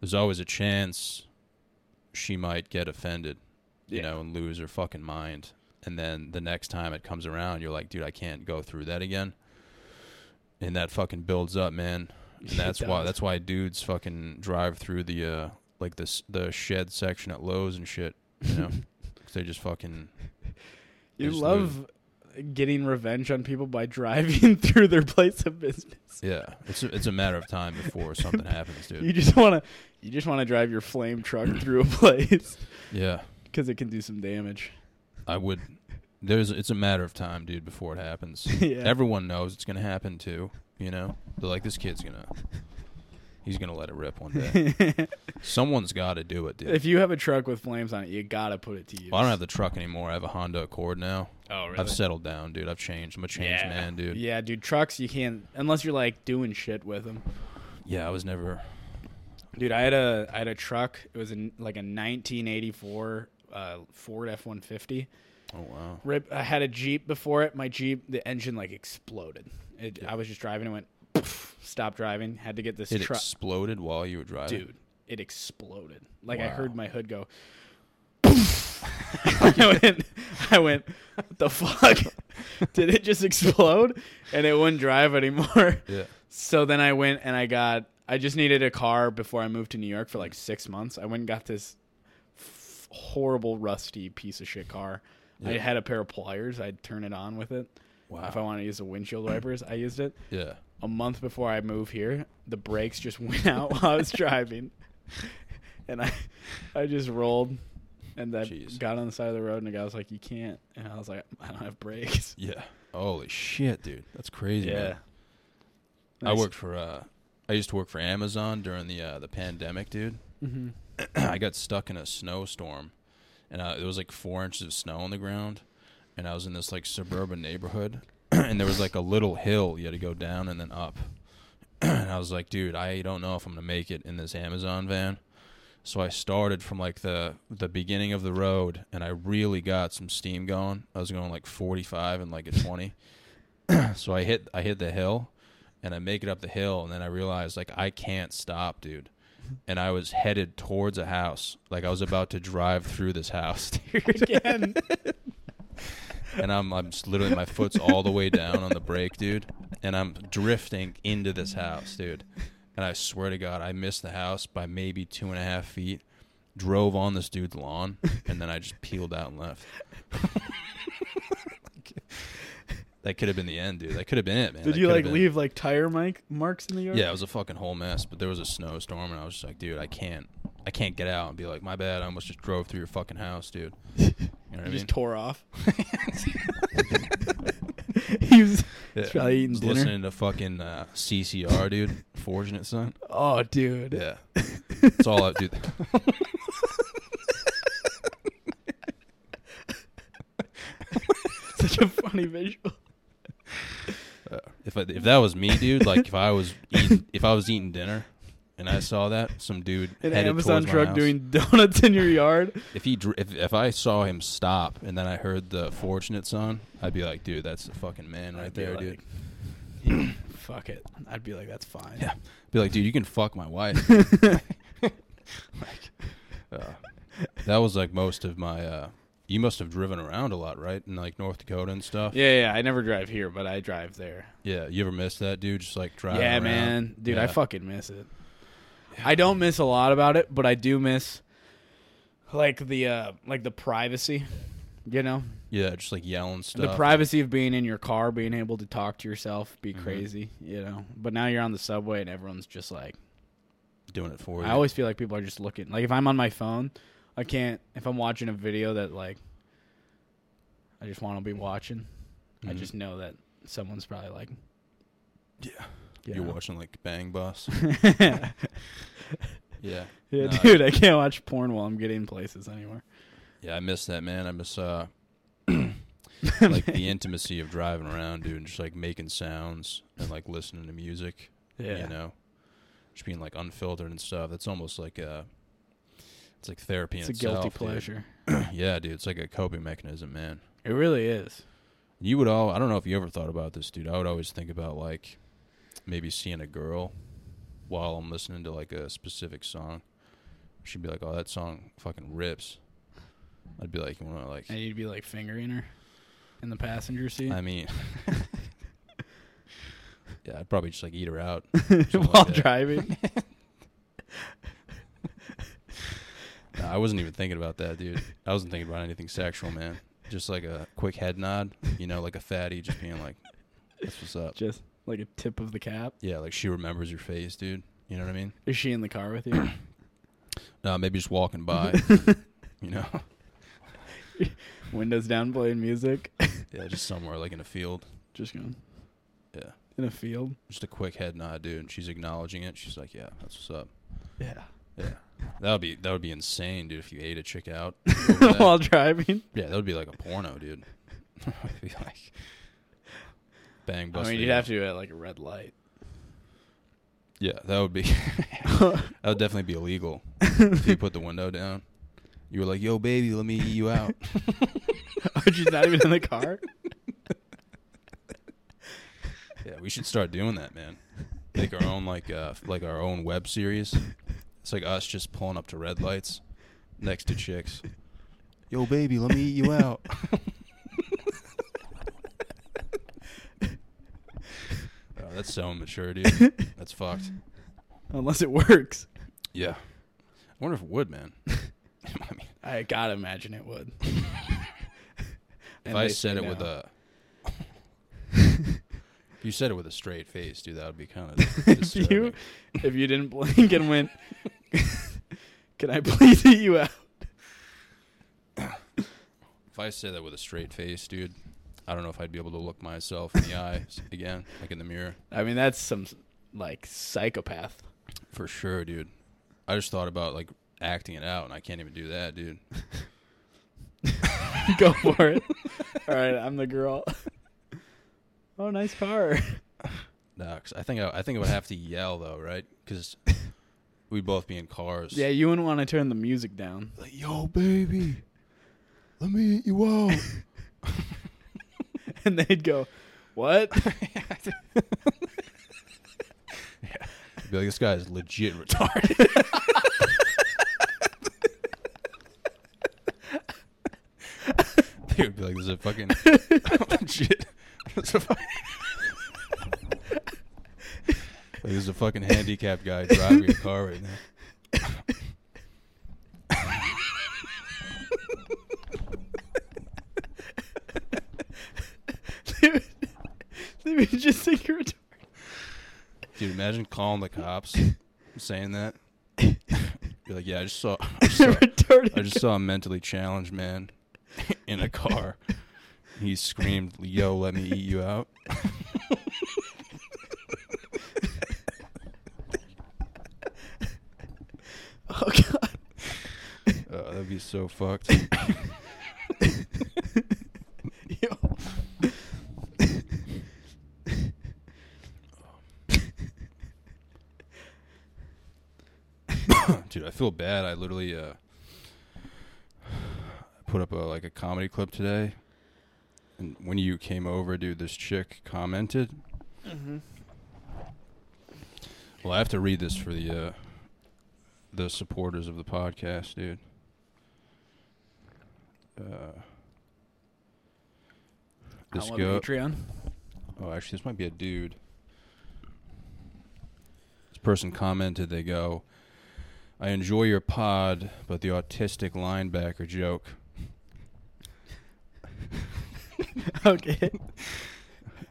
S1: there's always a chance she might get offended, you
S3: Yeah.
S1: know, and lose her fucking mind. And then the next time it comes around, you're like, dude, I can't go through that again. And that fucking builds up, man. And
S3: It
S1: that's why
S3: does.
S1: that's why dudes fucking drive through the uh like this the shed section at Lowe's and shit, you know. 'Cause they just fucking
S3: You
S1: just
S3: love getting revenge on people by driving through their place of business.
S1: yeah. It's a, it's a matter of time before something happens, dude.
S3: You just want to, you just want to drive your flame truck through a place.
S1: Yeah,
S3: because it can do some damage.
S1: I would. There's it's a matter of time, dude, before it happens.
S3: Yeah.
S1: Everyone knows it's gonna happen too. You know, they're like, this kid's gonna He's gonna let it rip one day. Someone's got to do it, dude.
S3: if you have a truck with flames on it, you gotta put it to use.
S1: Well, I don't have the truck anymore. I have a Honda Accord now.
S3: oh,
S1: I've settled down, dude. I've changed. I'm a changed man, dude.
S3: Yeah, dude, trucks you can't unless you're like doing shit with them.
S1: Yeah, I was never.
S3: Dude, I had a I had a truck. It was in like a 1984 uh, Ford F150.
S1: Oh wow.
S3: Rip, I had a Jeep before it. My Jeep, the engine like exploded. It, I was just driving. It went. Poof, stopped driving. Had to get this
S1: It
S3: truck.
S1: exploded while you were driving.
S3: dude, it exploded. Like I
S1: Wow.
S3: heard my hood go. I went, I went, what the fuck? Did it just explode? And it wouldn't drive anymore.
S1: Yeah.
S3: So then I went and I got, I just needed a car before I moved to New York for like six months. I went and got this f- horrible, rusty piece of shit car. I
S1: Yeah.
S3: had a pair of pliers. I'd turn it on with it.
S1: Wow.
S3: If I wanted to use the windshield wipers, I used it
S1: Yeah.
S3: a month before I moved here, the brakes just went out while I was driving, and I, I just rolled, and I
S1: Jeez.
S3: got on the side of the road, and the guy was like, "You can't," and I was like, "I don't have brakes."
S1: Yeah. Holy shit, dude. That's crazy. man. I
S3: Nice.
S1: worked for uh I used to work for Amazon during the uh the pandemic, dude. Mm-hmm. I got stuck in a snowstorm and uh, there was like 4 inches of snow on the ground and I was in this like suburban neighborhood and there was like a little hill you had to go down and then up. and I was like, dude, I don't know if I'm going to make it in this Amazon van. So I started from like the the beginning of the road and I really got some steam going. I was going like 45 and like a 20. so I hit I hit the hill and I make it up the hill and then I realized like I can't stop, dude. And I was headed towards a house. Like I was about to drive through this house.
S3: again.
S1: and I'm I'm just literally my foot's all the way down on the brake, dude, and I'm drifting into this house, dude. And I swear to God, I missed the house by maybe two and a half feet. Drove on this dude's lawn, and then I just peeled out and left. that could have been the end, dude. That could have been it, man.
S3: Did
S1: That
S3: you
S1: could have
S3: like
S1: been-
S3: leave like tire mic marks in the yard?
S1: Yeah, it was a fucking whole mess. But there was a snowstorm, and I was just like, dude, I can't, I can't get out and be like, my bad. I almost just drove through your fucking house, dude. You know what I
S3: You
S1: mean?
S3: just tore off. he was
S1: Yeah.
S3: he's probably eating
S1: was
S3: dinner.
S1: listening to fucking uh, CCR, dude. Fortunate son.
S3: Oh, dude.
S1: Yeah, it's all up, dude.
S3: Such a funny visual.
S1: uh, If I, if that was me, dude, like if I was eating, if I was eating dinner and I saw that some dude
S3: An
S1: headed
S3: Amazon
S1: towards my
S3: truck
S1: house,
S3: doing donuts in your yard.
S1: if he dr- if if I saw him stop and then I heard the fortunate son, I'd be like, dude, that's the fucking man right
S3: I'd be
S1: there,
S3: like,
S1: dude.
S3: "Yeah, fuck it. I'd be like, that's fine.
S1: Yeah, be like, dude, you can fuck my wife. Like, uh, that was like most of my. uh You must have driven around a lot, right? In like North Dakota and stuff.
S3: Yeah, yeah. I never drive here, but I drive there.
S1: Yeah, you ever miss that dude? Just like driving.
S3: yeah,
S1: around?
S3: man. Dude, I
S1: Yeah.
S3: fucking miss it. I don't miss a lot about it, but I do miss like the uh like the privacy, you know?
S1: Yeah, just like yelling stuff.
S3: The privacy of being in your car, being able to talk to yourself, be
S1: Mm-hmm.
S3: crazy, you know. But now you're on the subway and everyone's just like
S1: doing it for you.
S3: I always feel like people are just looking. Like if I'm on my phone, I can't. If I'm watching a video that like I just want to be watching, I
S1: Mhm.
S3: just know that someone's probably like,
S1: yeah.
S3: you
S1: You're
S3: know.
S1: watching like Bang Bus.
S3: yeah,
S1: yeah. No, I-
S3: dude, I can't watch porn while I'm getting places anywhere.
S1: yeah, I miss that man. I miss uh like the intimacy of driving around, dude, and just like making sounds and like listening to music.
S3: Yeah,
S1: You know? Just being like unfiltered and stuff. That's almost like uh it's like therapy
S3: it's
S1: in
S3: a guilty
S1: itself, dude.
S3: pleasure.
S1: yeah, dude. It's like a coping mechanism, man.
S3: It really is.
S1: You would all I don't know if you ever thought about this, dude. I would always think about like maybe seeing a girl while I'm listening to like a specific song. She'd be like, "Oh, that song fucking rips." I'd be like, "You want to like?"
S3: And you'd be like fingering her in the passenger seat
S1: I mean, yeah, I'd probably just like eat her out.
S3: while
S1: like that.
S3: driving.
S1: Nah, I wasn't even thinking about that, dude. I wasn't thinking about anything sexual, man. Just like a quick head nod, you know, like a fatty just being like, "That's what's up."
S3: just like a tip of the cap.
S1: Yeah, like she remembers your face, dude. You know what I mean?
S3: Is she in the car with you?
S1: No, maybe just walking by. you know,
S3: Windows down, playing music.
S1: yeah, just somewhere like in a field.
S3: Just going.
S1: Yeah,
S3: in a field.
S1: Just a quick head nod, dude. And she's acknowledging it. She's like, "Yeah, that's what's up."
S3: Yeah.
S1: Yeah, that would be that would be insane, dude. If you ate a chick out,
S3: While driving.
S1: yeah, that would be like a porno, dude. It'd be like bang.
S3: I
S1: bust
S3: mean,
S1: it
S3: you'd
S1: out.
S3: have to do it at like a red light.
S1: Yeah, that would be that would definitely be illegal if you put the window down. You were like, "Yo, baby, let me eat you out."
S3: Or she's not even in the car.
S1: yeah, we should start doing that, man. Make our own like uh f- like our own web series. It's like us just pulling up to red lights next to chicks. Yo, baby, let me eat you out. Oh, that's so immature, dude. That's fucked.
S3: Unless it works.
S1: Yeah. I wonder if it would, man. I mean,
S3: I gotta imagine it would.
S1: If I said it with a, if you said it with a straight face, dude, that would be kind of
S3: if you if you didn't blink and went Can I please eat you out?
S1: If I said that with a straight face, dude, I don't know if I'd be able to look myself in the eye s- again, like in the mirror,
S3: I mean that's some like psychopath.
S1: for sure, dude. I just thought about like acting it out, and I can't even do that, dude.
S3: Go for it. Alright, I'm the girl. Oh nice car.
S1: Nah, 'cause I think I, I think I would have to yell though, right? Because we'd both be in cars.
S3: Yeah, you wouldn't want to turn the music down.
S1: Like, yo, baby, let me eat you out.
S3: And they'd go, What?
S1: Be like, this guy is legit retarded. they would be like, this is a fucking legit. This is a fucking, like, this is a fucking handicapped guy driving a car right now.
S3: they would they would just think you're retarded.
S1: Dude, imagine calling the cops, saying that. Be like, yeah, I just saw, I just saw,
S3: retarded.
S1: I just saw a mentally challenged man in a car. He screamed, "Yo, let me eat you out."
S3: Oh god.
S1: Uh, that'd be so fucked.
S3: Yo.
S1: dude i feel bad i literally uh put up a like a comedy clip today and when you came over dude this chick commented well i have to read this for the uh the supporters of the podcast dude uh this
S3: I'm on
S1: go
S3: Patreon.
S1: Oh, actually, this might be a dude. This person commented, they go, I enjoy your pod, but the autistic linebacker joke.
S3: Okay.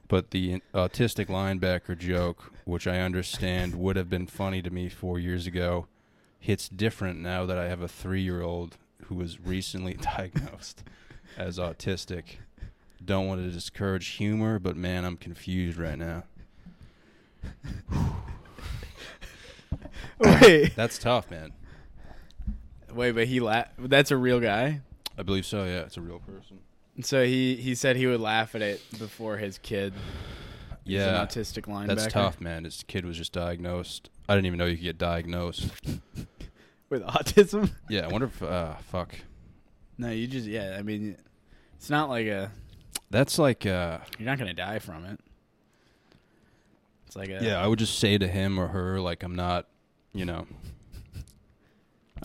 S1: But the autistic linebacker joke, which I understand would have been funny to me four years ago, hits different now that I have a three year old who was recently diagnosed as autistic. Don't want to discourage humor, but man, I'm confused right now.
S3: Wait.
S1: That's tough, man.
S3: Wait, but he la- that's a real guy.
S1: I believe so, yeah. It's a real person.
S3: So he he said he would laugh at it before his kid. He's
S1: Yeah.
S3: an autistic linebacker.
S1: That's tough, man. This kid was just diagnosed. I didn't even know you could get diagnosed.
S3: With autism?
S1: Yeah, I wonder if uh fuck.
S3: No, you just yeah, I mean it's not like a
S1: That's like uh
S3: you're not going to die from it. It's like a
S1: yeah, I would just say to him or her like I'm not, you know,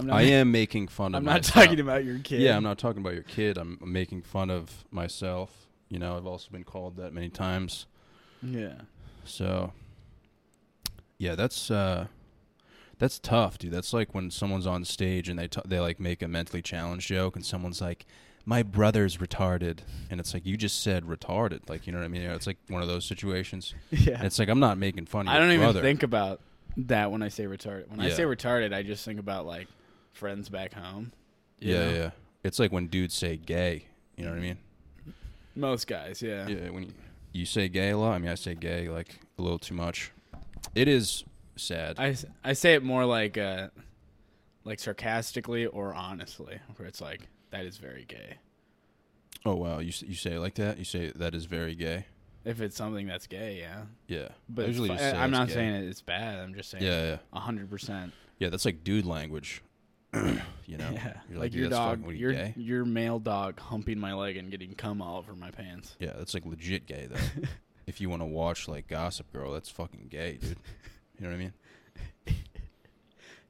S3: I'm not,
S1: I am making fun of
S3: I'm not
S1: myself.
S3: talking about your kid.
S1: Yeah, I'm not talking about your kid. I'm I'm making fun of myself. You know, I've also been called that many times.
S3: Yeah.
S1: So yeah, that's uh that's tough, dude. That's like when someone's on stage and they t- they like make a mentally challenged joke and someone's like my brother's retarded and it's like you just said retarded. Like, you know what I mean? It's like one of those situations.
S3: Yeah.
S1: And it's like I'm not making fun of
S3: I
S1: your
S3: don't even
S1: brother.
S3: think about that when I say retarded. When I
S1: Yeah.
S3: say retarded, I just think about like friends back home. you
S1: yeah,
S3: know?
S1: yeah. It's like when dudes say gay, you know what I mean?
S3: Most guys, yeah.
S1: Yeah, when you, you say gay a lot. I mean, I say gay like a little too much. It is sad.
S3: I, s- I say it more like uh, like sarcastically or honestly, where it's like that is very gay.
S1: oh wow, you s- you say it like that? You say that is very gay.
S3: If it's something that's gay, yeah.
S1: Yeah,
S3: But
S1: I
S3: it's
S1: usually
S3: fi-
S1: just say
S3: I'm
S1: it's
S3: not
S1: gay.
S3: saying it's bad. I'm just saying
S1: Yeah, yeah,
S3: hundred percent.
S1: yeah. That's like dude language. you know,
S3: Yeah,
S1: You're
S3: like,
S1: "Dude,
S3: your
S1: that's fucking-
S3: dog,
S1: what are you,
S3: your
S1: gay?
S3: your male dog humping my leg and getting cum all over my pants.
S1: Yeah, that's like legit gay though. if you want to watch like Gossip Girl, that's fucking gay, dude. You know what I mean?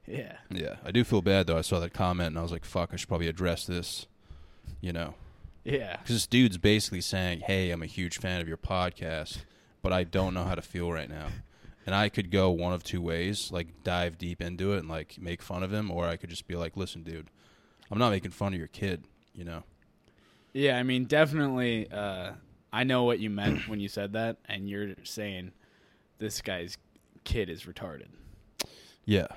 S3: Yeah,
S1: Yeah, I do feel bad though. I saw that comment and I was like, "Fuck, I should probably address this." You know,
S3: yeah,
S1: because this dude's basically saying, "Hey, I'm a huge fan of your podcast, but I don't know how to feel right now." And I could go one of two ways, like dive deep into it and like make fun of him, or I could just be like, "Listen, dude, I'm not making fun of your kid." You know?
S3: yeah. I mean, definitely. Uh, I know what you meant when you said that, and you're saying this guy's kid is retarded.
S1: Yeah.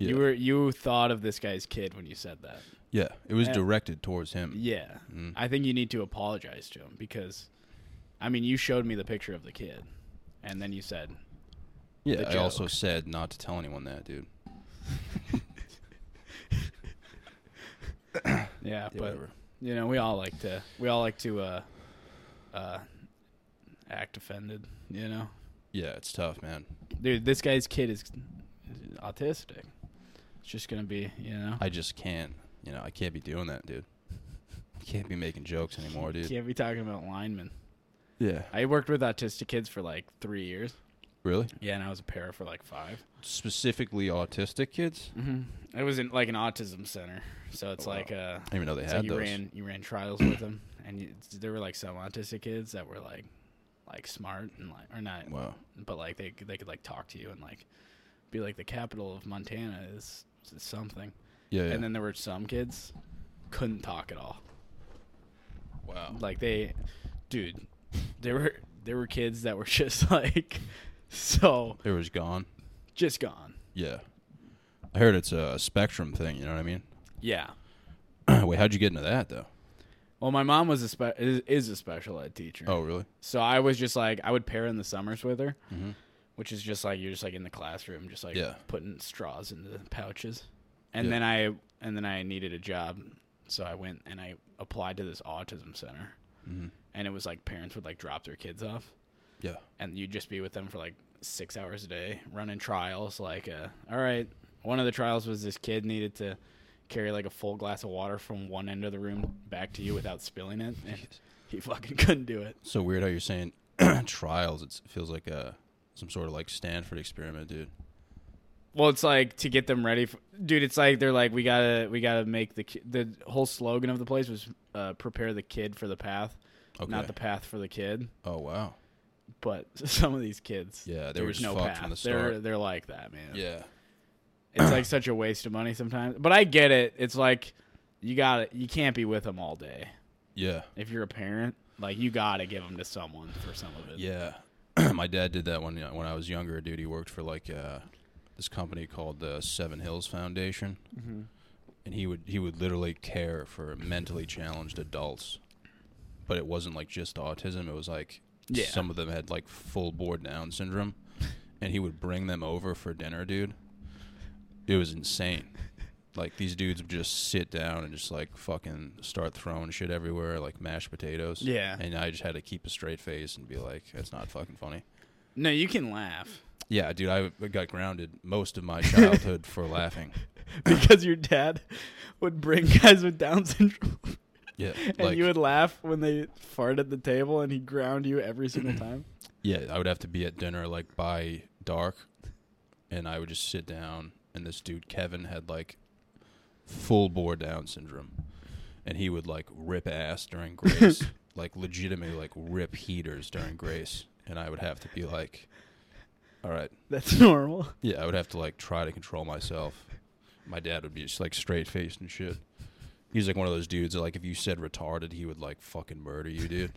S1: Yeah.
S3: You were you thought of this guy's kid when you said that.
S1: yeah. It was
S3: Uh,
S1: directed towards him.
S3: Yeah,
S1: Mm-hmm.
S3: I think you need to apologize to him because, I mean, you showed me the picture of the kid, and then you said,
S1: Yeah.
S3: the
S1: I also
S3: joke.
S1: said not to tell anyone that, dude.
S3: "Yeah,
S1: Yeah,
S3: but
S1: whatever.
S3: you know, we all like to we all like to uh, uh, act offended." You know,
S1: Yeah, it's tough, man.
S3: dude, this guy's kid is autistic. It's just gonna be, you know,
S1: I just can't. You know, I can't be doing that, dude. Can't be making jokes anymore, dude.
S3: can't be talking about linemen.
S1: Yeah.
S3: I worked with autistic kids for like three years.
S1: Really?
S3: Yeah, and I was a para for like five.
S1: Specifically autistic kids? I
S3: It was in like an autism center, so it's like uh,
S1: didn't even know Oh, they
S3: So
S1: had
S3: you
S1: those.
S3: ran you ran trials with them, and you, there were like some autistic kids that were like like smart and like or not,
S1: Wow.
S3: but like they could- they could like talk to you and like be like the capital of Montana is, is something,
S1: Yeah. yeah.
S3: and then there were some kids couldn't talk at all.
S1: wow.
S3: Like they, dude, there were there were kids that were just like so
S1: It was gone.
S3: just gone.
S1: Yeah. I heard it's a spectrum thing. You know what I mean?
S3: Yeah.
S1: Wait, how'd you get into that though?
S3: Well, my mom was a spe- is, is a special ed teacher.
S1: Oh, really? Mm-hmm.
S3: So I was just like, I would pair in the summers with her, which is just like you're just like in the classroom, just like
S1: Yeah.
S3: putting straws into the pouches. And
S1: Yeah.
S3: then I and then I needed a job, so I went and I applied to this autism center,
S1: Mm-hmm.
S3: and it was like parents would like drop their kids off,
S1: Yeah.
S3: and you'd just be with them for like six hours a day, running trials. Like, uh, all right, one of the trials was this kid needed to carry like a full glass of water from one end of the room back to you without spilling it, and he fucking couldn't do it.
S1: So weird how you're saying trials. It's, it feels like a some sort of like Stanford experiment, dude.
S3: Well, it's like to get them ready, for, dude. It's like they're like we gotta we gotta make the ki- the whole slogan of the place was uh, prepare the kid for the path,
S1: Okay.
S3: not the path for the kid.
S1: Oh wow.
S3: But some of these kids,
S1: Yeah, they
S3: there
S1: were
S3: was
S1: just
S3: no
S1: fucked
S3: path.
S1: from the
S3: They're
S1: start.
S3: they're like that, man.
S1: Yeah.
S3: it's like such a waste of money sometimes. But I get it. It's like you got to you can't be with them all day
S1: Yeah.
S3: if you're a parent. Like you gotta give them to someone for some of it.
S1: Yeah, my dad did that when when I was younger. Dude, he worked for like uh, this company called the Seven Hills Foundation,
S3: Mm-hmm.
S1: and he would he would literally care for mentally challenged adults. But it wasn't like just autism. It was like
S3: Yeah.
S1: some of them had like full board Down syndrome, and he would bring them over for dinner, dude. It was insane. Like these dudes would just sit down and just like fucking start throwing shit everywhere, like mashed potatoes.
S3: Yeah.
S1: And I just had to keep a straight face and be like, "That's not fucking funny."
S3: No, you can laugh
S1: Yeah, dude, I got grounded most of my childhood for laughing.
S3: because your dad would bring guys with Down syndrome.
S1: Yeah,
S3: And
S1: like
S3: you would laugh when they fart at the table and he'd ground you every single time.
S1: yeah, I would have to be at dinner like by dark, and I would just sit down, and this dude Kevin had like full bore Down syndrome, and he would like rip ass during grace, like legitimately like rip heaters during grace, and I would have to be like, "All right,
S3: That's normal.
S1: Yeah, I would have to like try to control myself. My dad would be just like straight faced and shit. He's like one of those dudes that like if you said retarded, he would like fucking murder you, dude.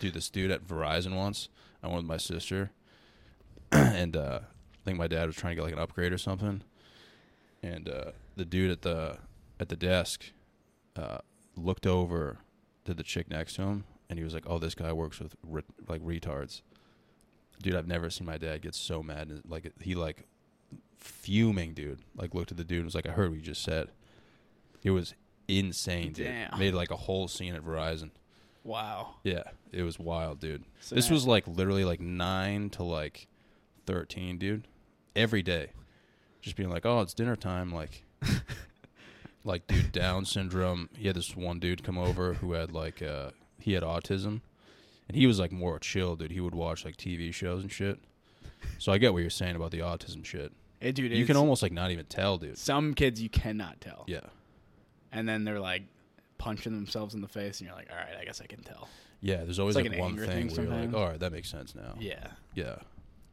S1: Dude, this dude at Verizon once, I went with my sister, and uh, I think my dad was trying to get like an upgrade or something. And uh, the dude at the at the desk uh, looked over to the chick next to him, and he was like, "Oh, this guy works with re- like retards." dude, I've never seen my dad get so mad. and, Like he like fuming, dude. Like looked at the dude and was like, "I heard what you just said." It was insane, dude.
S3: Damn.
S1: Made like a whole scene at Verizon.
S3: Wow.
S1: Yeah, it was wild, dude.
S3: So
S1: this
S3: now-
S1: was like literally like nine to like thirteen, dude. Every day, just being like, "Oh, it's dinner time." Like, like dude, Down syndrome. He had this one dude come over who had like uh he had autism, and he was like more chill, dude. He would watch like TV shows and shit. So I get what you're saying about the autism shit.
S3: Hey, dude,
S1: You can
S3: it's-
S1: almost like not even tell, dude.
S3: some kids you cannot tell.
S1: Yeah,
S3: And then they're like punching themselves in the face, and you're like, all right, I guess I can tell.
S1: yeah. There's always
S3: like
S1: like,
S3: an
S1: one
S3: anger
S1: thing,
S3: thing
S1: where you're
S3: sometimes.
S1: like, "All right, that makes sense now."
S3: Yeah.
S1: Yeah.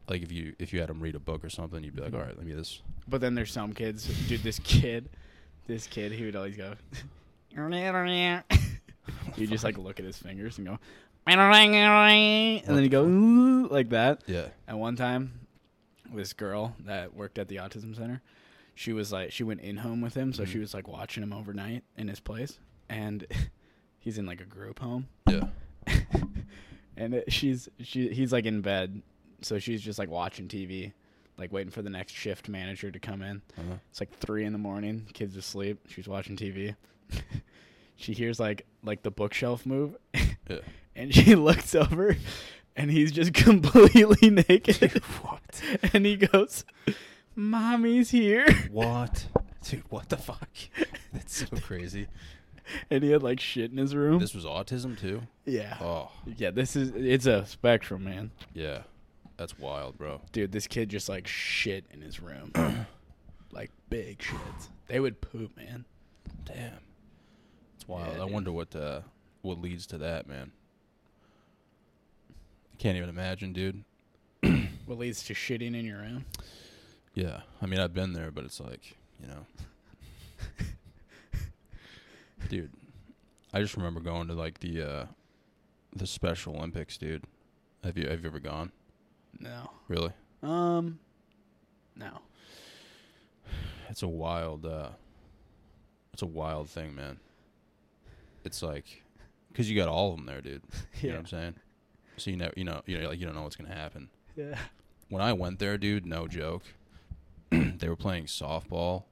S1: Like if you if you had him read a book or something, you'd be like, all right, let me this.
S3: But then there's some kids, dude. This kid, this kid, he would always go. you just like look at his fingers and go, and then he go "Ooh," like that.
S1: Yeah.
S3: And one time, this girl that worked at the autism center, she was like, she went in home with him, so she was like watching him overnight in his place, and he's in like a group home,
S1: Yeah.
S3: and it, she's she he's like in bed, so she's just like watching TV, like waiting for the next shift manager to come in.
S1: Uh-huh.
S3: It's like three in the morning. Kids asleep. She's watching TV. she hears like like the bookshelf move,
S1: Yeah.
S3: and she looks over, and he's just completely naked. what? And he goes, "Mommy's here,"
S1: What? Dude, what the fuck? That's so crazy.
S3: and he had like shit in his room.
S1: This was autism too?
S3: yeah.
S1: Oh.
S3: Yeah. This is it's a spectrum, man.
S1: Yeah. That's wild, bro.
S3: Dude, this kid just like shit in his room, like big shits. They would poop, man.
S1: Damn. It's wild.
S3: Yeah,
S1: I
S3: dude.
S1: wonder what uh what leads to that, man. I can't even imagine, dude.
S3: What leads to shitting in your room?
S1: Yeah. I mean, I've been there, but it's like, you know. dude, I just remember going to like the uh the Special Olympics, dude. Have you have you ever gone?
S3: No.
S1: Really?
S3: Um. No.
S1: It's a wild uh it's a wild thing, man. It's like cuz you got all of them there, dude. You know what I'm saying? So you know, you know, you know like you don't know what's going to happen.
S3: Yeah.
S1: when I went there, dude, no joke, they were playing softball,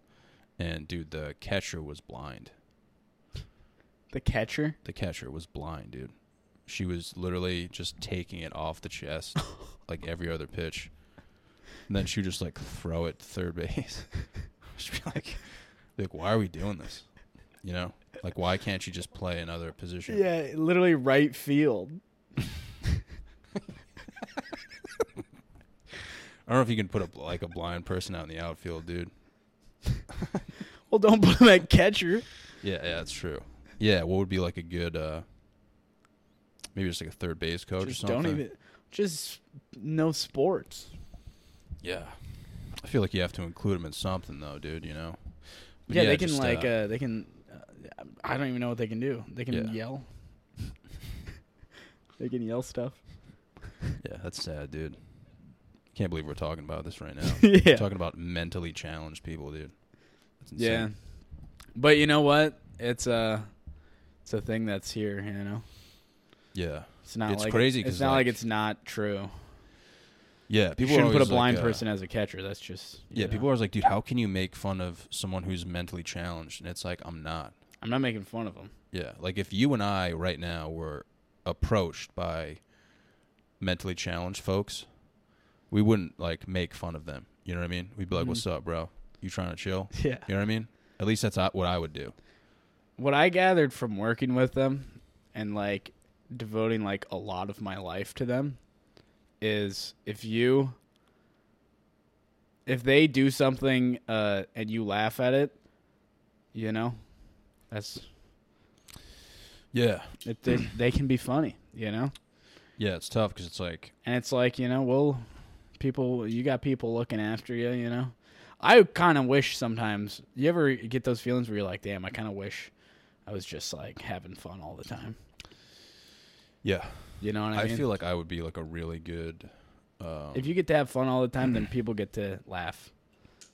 S1: and dude, the catcher was blind.
S3: The catcher?
S1: The catcher was blind, dude. She was literally just taking it off the chest, like every other pitch, and then she would just like throw it to third base. She'd be like, "Like, why are we doing this? You know, like why can't you just play another position?"
S3: Yeah, literally right field.
S1: I don't know if you can put a bl- like a blind person out in the outfield, dude.
S3: Well, don't put him at catcher.
S1: Yeah, yeah, that's true. Yeah, what would be like a good uh maybe Oh, just like a third base coach or
S3: Just
S1: something?
S3: don't even. Just no sports.
S1: Yeah. I feel like you have to include them in something though, dude, you know. But
S3: yeah, they can
S1: just,
S3: like uh, they can. Uh, I don't even know what they can do. They can
S1: Yeah.
S3: yell. they can yell stuff.
S1: Yeah, that's sad, dude. Can't believe we're talking about this right now.
S3: yeah.
S1: We're talking about mentally challenged people, dude. That's insane.
S3: yeah. But you know what? It's a, it's a thing that's here. You know,
S1: Yeah.
S3: it's not.
S1: It's
S3: like
S1: crazy 'cause,
S3: It's not
S1: like,
S3: like, it's not true.
S1: Yeah,
S3: You
S1: people are
S3: shouldn't put a
S1: always like,
S3: blind
S1: uh,
S3: person as a catcher. That's just. you
S1: Yeah,
S3: know.
S1: people are always like, dude, how can you make fun of someone who's mentally challenged? And it's like, I'm not.
S3: I'm not making fun of them.
S1: Yeah, like if you and I right now were approached by mentally challenged folks, we wouldn't like make fun of them. You know what I mean? We'd be like,
S3: Mm-hmm.
S1: "What's up, bro? You trying to chill?"
S3: Yeah.
S1: You know what I mean? At least that's not what I would do.
S3: what I gathered from working with them and like devoting like a lot of my life to them is if you if they do something uh and you laugh at it, you know, that's
S1: Yeah,
S3: it, they, they can be funny, you know?
S1: yeah, it's tough because it's like,
S3: And it's like, you know, well, people, you got people looking after you, you know? I kind of wish sometimes, you ever get those feelings where you're like, damn, I kind of wish I was just like having fun all the time.
S1: yeah,
S3: You know what I,
S1: I
S3: mean?
S1: feel like I would be like a really good. Um,
S3: if you get to have fun all the time, then people get to laugh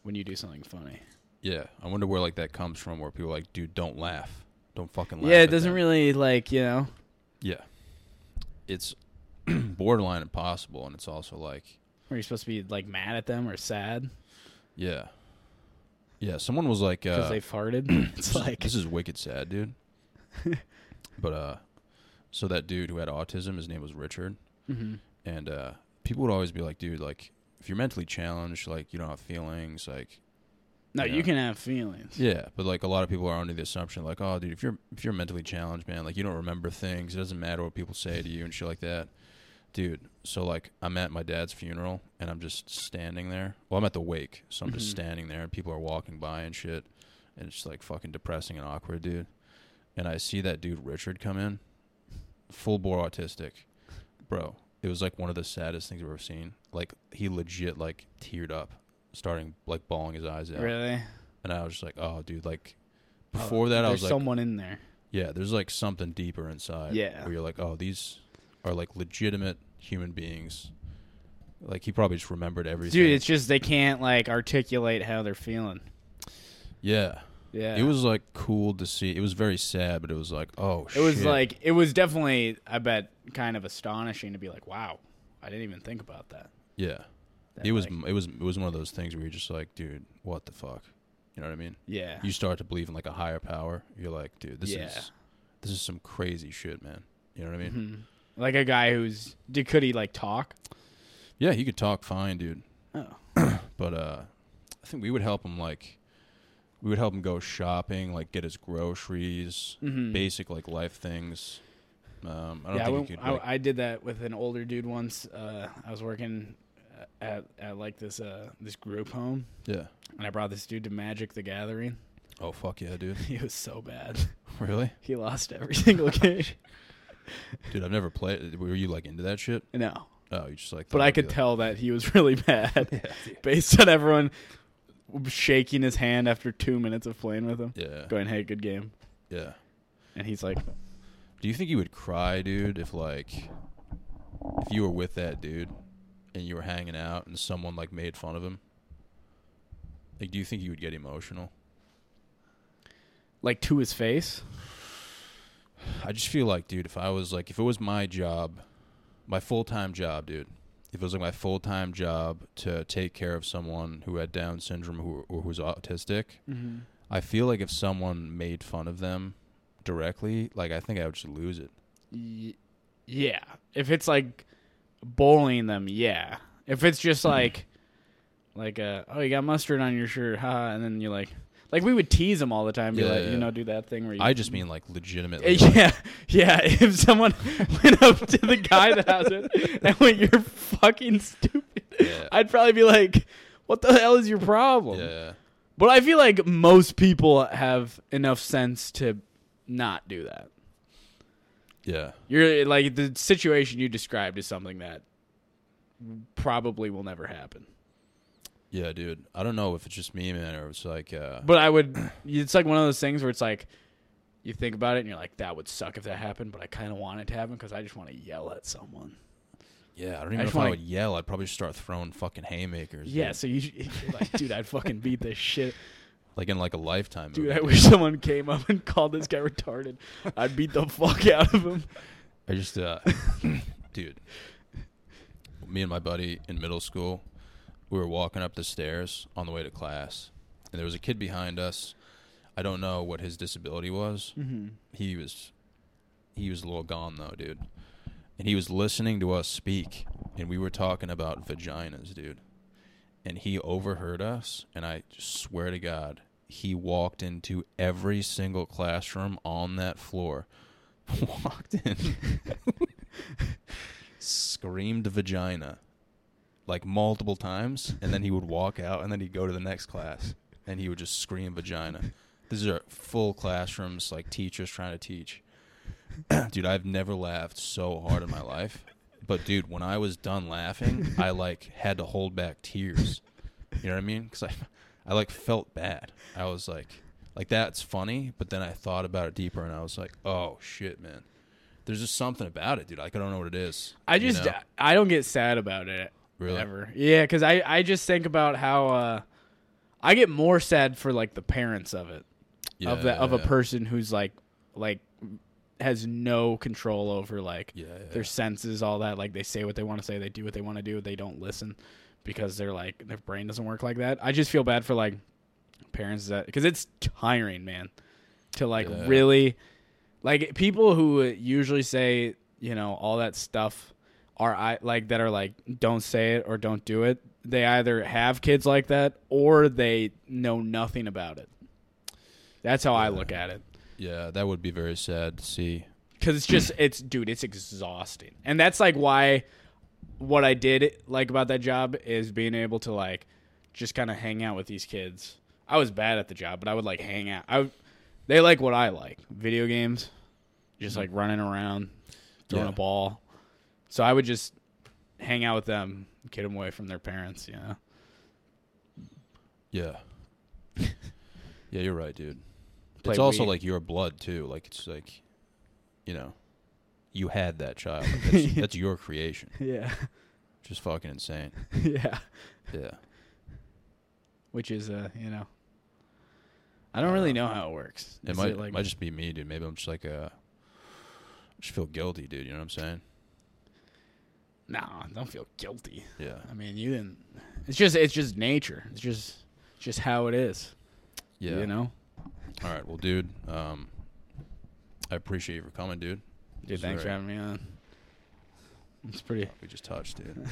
S3: when you do something funny.
S1: yeah, I wonder where like that comes from, where people are like, dude, don't laugh, don't fucking laugh.
S3: yeah, it
S1: at
S3: doesn't
S1: them."
S3: really like you know.
S1: Yeah, it's borderline impossible, and it's also like,
S3: Were you supposed to be like mad at them or sad
S1: yeah, yeah. Someone was like,
S3: because
S1: uh,
S3: they farted?
S1: this
S3: it's
S1: is-
S3: like
S1: this is wicked sad, dude. but uh, so that dude who had autism, his name was Richard,
S3: Mhm.
S1: and uh, people would always be like, dude, like if you're mentally challenged, like you don't have feelings, like
S3: no,
S1: Yeah.
S3: you can have feelings.
S1: Yeah, but like a lot of people are under the assumption like, oh, dude, if you're if you're mentally challenged, man, like you don't remember things. It doesn't matter what people say to you and shit like that, dude. So like, I'm at my dad's funeral and I'm just standing there. Well, I'm at the wake, so I'm just
S3: Mhm.
S1: standing there and people are walking by and shit, and it's just like fucking depressing and awkward, dude. And I see that dude Richard come in, full bore autistic, bro. It was like one of the saddest things I've ever seen. Like he legit like teared up, starting like bawling his eyes out
S3: Really?
S1: and I was just like, oh, dude, like
S3: Oh,
S1: before that, I was
S3: there's
S1: like,
S3: someone in there.
S1: yeah, there's like something deeper inside.
S3: Yeah.
S1: where you're like, oh, these are like legitimate human beings. Like he probably just remembered everything.
S3: Dude, it's just they can't like articulate how they're feeling.
S1: yeah.
S3: Yeah.
S1: it was like cool to see. It was very sad, but it was like, oh,
S3: It was like it was definitely I bet kind of astonishing to be like, wow, I didn't even think about that.
S1: yeah,
S3: That,
S1: it was,
S3: like-
S1: it was, it was one of those things where you're just like, dude, what the fuck, you know what I mean?
S3: yeah.
S1: You start to believe in like a higher power. You're like, dude, this
S3: Yeah.
S1: is, this is some crazy shit, man. You know what I mean?
S3: Mhm. Like a guy who's did could he like talk?
S1: Yeah, he could talk fine, dude.
S3: Oh.
S1: but uh I think we would help him like we would help him go shopping, like get his groceries,
S3: Mhm.
S1: basic like life things. Um, I don't
S3: yeah, I,
S1: think
S3: went-
S1: he could.
S3: I,
S1: like-
S3: I did that with an older dude once. Uh, I was working uh, at, at like this uh, this group home,
S1: yeah.
S3: and I brought this dude to Magic the Gathering.
S1: Oh fuck yeah, dude.
S3: He was so bad.
S1: really,
S3: He lost every single game.
S1: dude? I've never played. Were you like into that shit?
S3: No,
S1: Oh, you just like.
S3: but
S1: thought
S3: I
S1: it'd be,
S3: could
S1: like-
S3: tell that he was really bad based on everyone shaking his hand after two minutes of playing with him,
S1: Yeah.
S3: going, "Hey, good game,"
S1: Yeah.
S3: and he's like,
S1: Do you think you would cry, dude, if like if you were with that dude and you were hanging out and someone like made fun of him? Like, do you think you would get emotional?
S3: like to his face.
S1: I just feel like, dude, if I was like, if it was my job, my full time job, dude, if it was like my full time job to take care of someone who had Down syndrome who, or who's autistic,
S3: Mm-hmm.
S1: I feel like if someone made fun of them directly, like, I think I would just lose it.
S3: Y- yeah. If it's like bullying them, yeah. If it's just
S1: Mm-hmm.
S3: like like uh oh you got mustard on your shirt, ha, and then you're like like we would tease them all the time, be
S1: Yeah,
S3: like,
S1: yeah.
S3: you know, do that thing where you
S1: I just mean, like, legitimately. like-
S3: yeah, yeah. If someone went up to the guy that I was with and went, "You're fucking stupid,"
S1: Yeah.
S3: I'd probably be like, "What the hell is your problem?"
S1: yeah.
S3: But I feel like most people have enough sense to not do that.
S1: Yeah.
S3: You're like the situation you described is something that probably will never happen.
S1: Yeah, dude. I don't know if it's just me, man, or it's like, uh,
S3: But I would. It's like one of those things where it's like you think about it and you're like, that would suck if that happened, but I kind of want it to happen because I just want to yell at someone.
S1: yeah, I don't even know
S3: just
S1: if I
S3: wanna-
S1: would yell. I'd probably just start throwing fucking haymakers. dude.
S3: Yeah. So you you're like, dude, I'd fucking beat this shit,
S1: Like, in like a lifetime
S3: dude.
S1: movie,
S3: I wish someone came up and called this guy retarded. I'd beat the fuck out of him.
S1: I just, uh, dude, me and my buddy in middle school, we were walking up the stairs on the way to class, and there was a kid behind us. I don't know what his disability was. Mm-hmm. He was, he was a little gone though, dude, and he was listening to us speak, and we were talking about vaginas, dude, and he overheard us, and I swear to God. He walked into every single classroom on that floor. Walked in screamed vagina like multiple times and then he would walk out and then he'd go to the next class and he would just scream vagina these are full classrooms like teachers trying to teach dude i've never laughed so hard in my life but dude when i was done laughing i like had to hold back tears you know what i mean because I, I like felt bad i was like like that's funny but then i thought about it deeper and i was like oh shit man there's just something about it dude like i don't know what it is
S3: I
S1: you
S3: just
S1: know?
S3: I don't get sad about it
S1: Really?
S3: ever. Yeah, because I I just think about how uh, I get more sad for like the parents of it
S1: Yeah,
S3: of the
S1: yeah,
S3: of a
S1: yeah.
S3: person who's like like has no control over like
S1: Yeah, yeah,
S3: their
S1: yeah.
S3: senses, all that. Like they say what they want to say, they do what they want to do, they don't listen because they're like their brain doesn't work like that. I just feel bad for like parents that because it's tiring, man, to like
S1: Yeah.
S3: really like people who usually say you know all that stuff are I like that are like don't say it or don't do it. They either have kids like that or they know nothing about it. That's how I look at it.
S1: Yeah, that would be very sad to see.
S3: Cause it's just it's dude, it's exhausting. And that's like why what I did like about that job is being able to like just kind of hang out with these kids. I was bad at the job, but I would like hang out. I would, they like what I like. Video games, just like running around, throwing
S1: Yeah.
S3: a ball. So I would just hang out with them, get them away from their parents, you know.
S1: Yeah. yeah, you're right, dude.
S3: Play
S1: it's also
S3: Wii.
S1: like your blood too. Like it's like, you know, you had that child. Like, that's, that's your creation.
S3: Yeah.
S1: Just fucking insane.
S3: yeah.
S1: Yeah.
S3: Which is uh, you know. I don't really know how it works.
S1: It
S3: Is
S1: might
S3: like-
S1: might just be me, dude. Maybe I'm just like uh, I just feel guilty, dude. You know what I'm saying?
S3: Nah, don't feel guilty.
S1: Yeah.
S3: I mean, you didn't. It's just it's just nature. It's just it's just how it is.
S1: Yeah.
S3: You know.
S1: All right. Well, dude. Um, I appreciate you for coming, dude.
S3: Dude,
S1: It's
S3: thanks for
S1: very-
S3: having me on. It's pretty.
S1: We just touched, dude.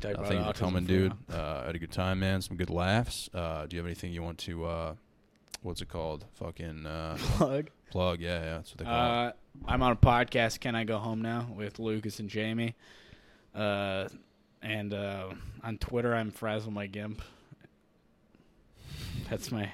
S3: Talk
S1: Uh,
S3: about
S1: thank you for
S3: autism
S1: coming,
S3: a
S1: dude.
S3: while.
S1: Uh, I had a good time, man. Some good laughs. Uh, do you have anything you want to? Uh, what's it called? Fucking uh,
S3: Plug.
S1: plug. Yeah, yeah. That's what they call it.
S3: Uh, I'm on a podcast. Can I go home now with Lucas and Jamie? Uh, and uh, on Twitter, I'm Frazzle My Gimp. That's my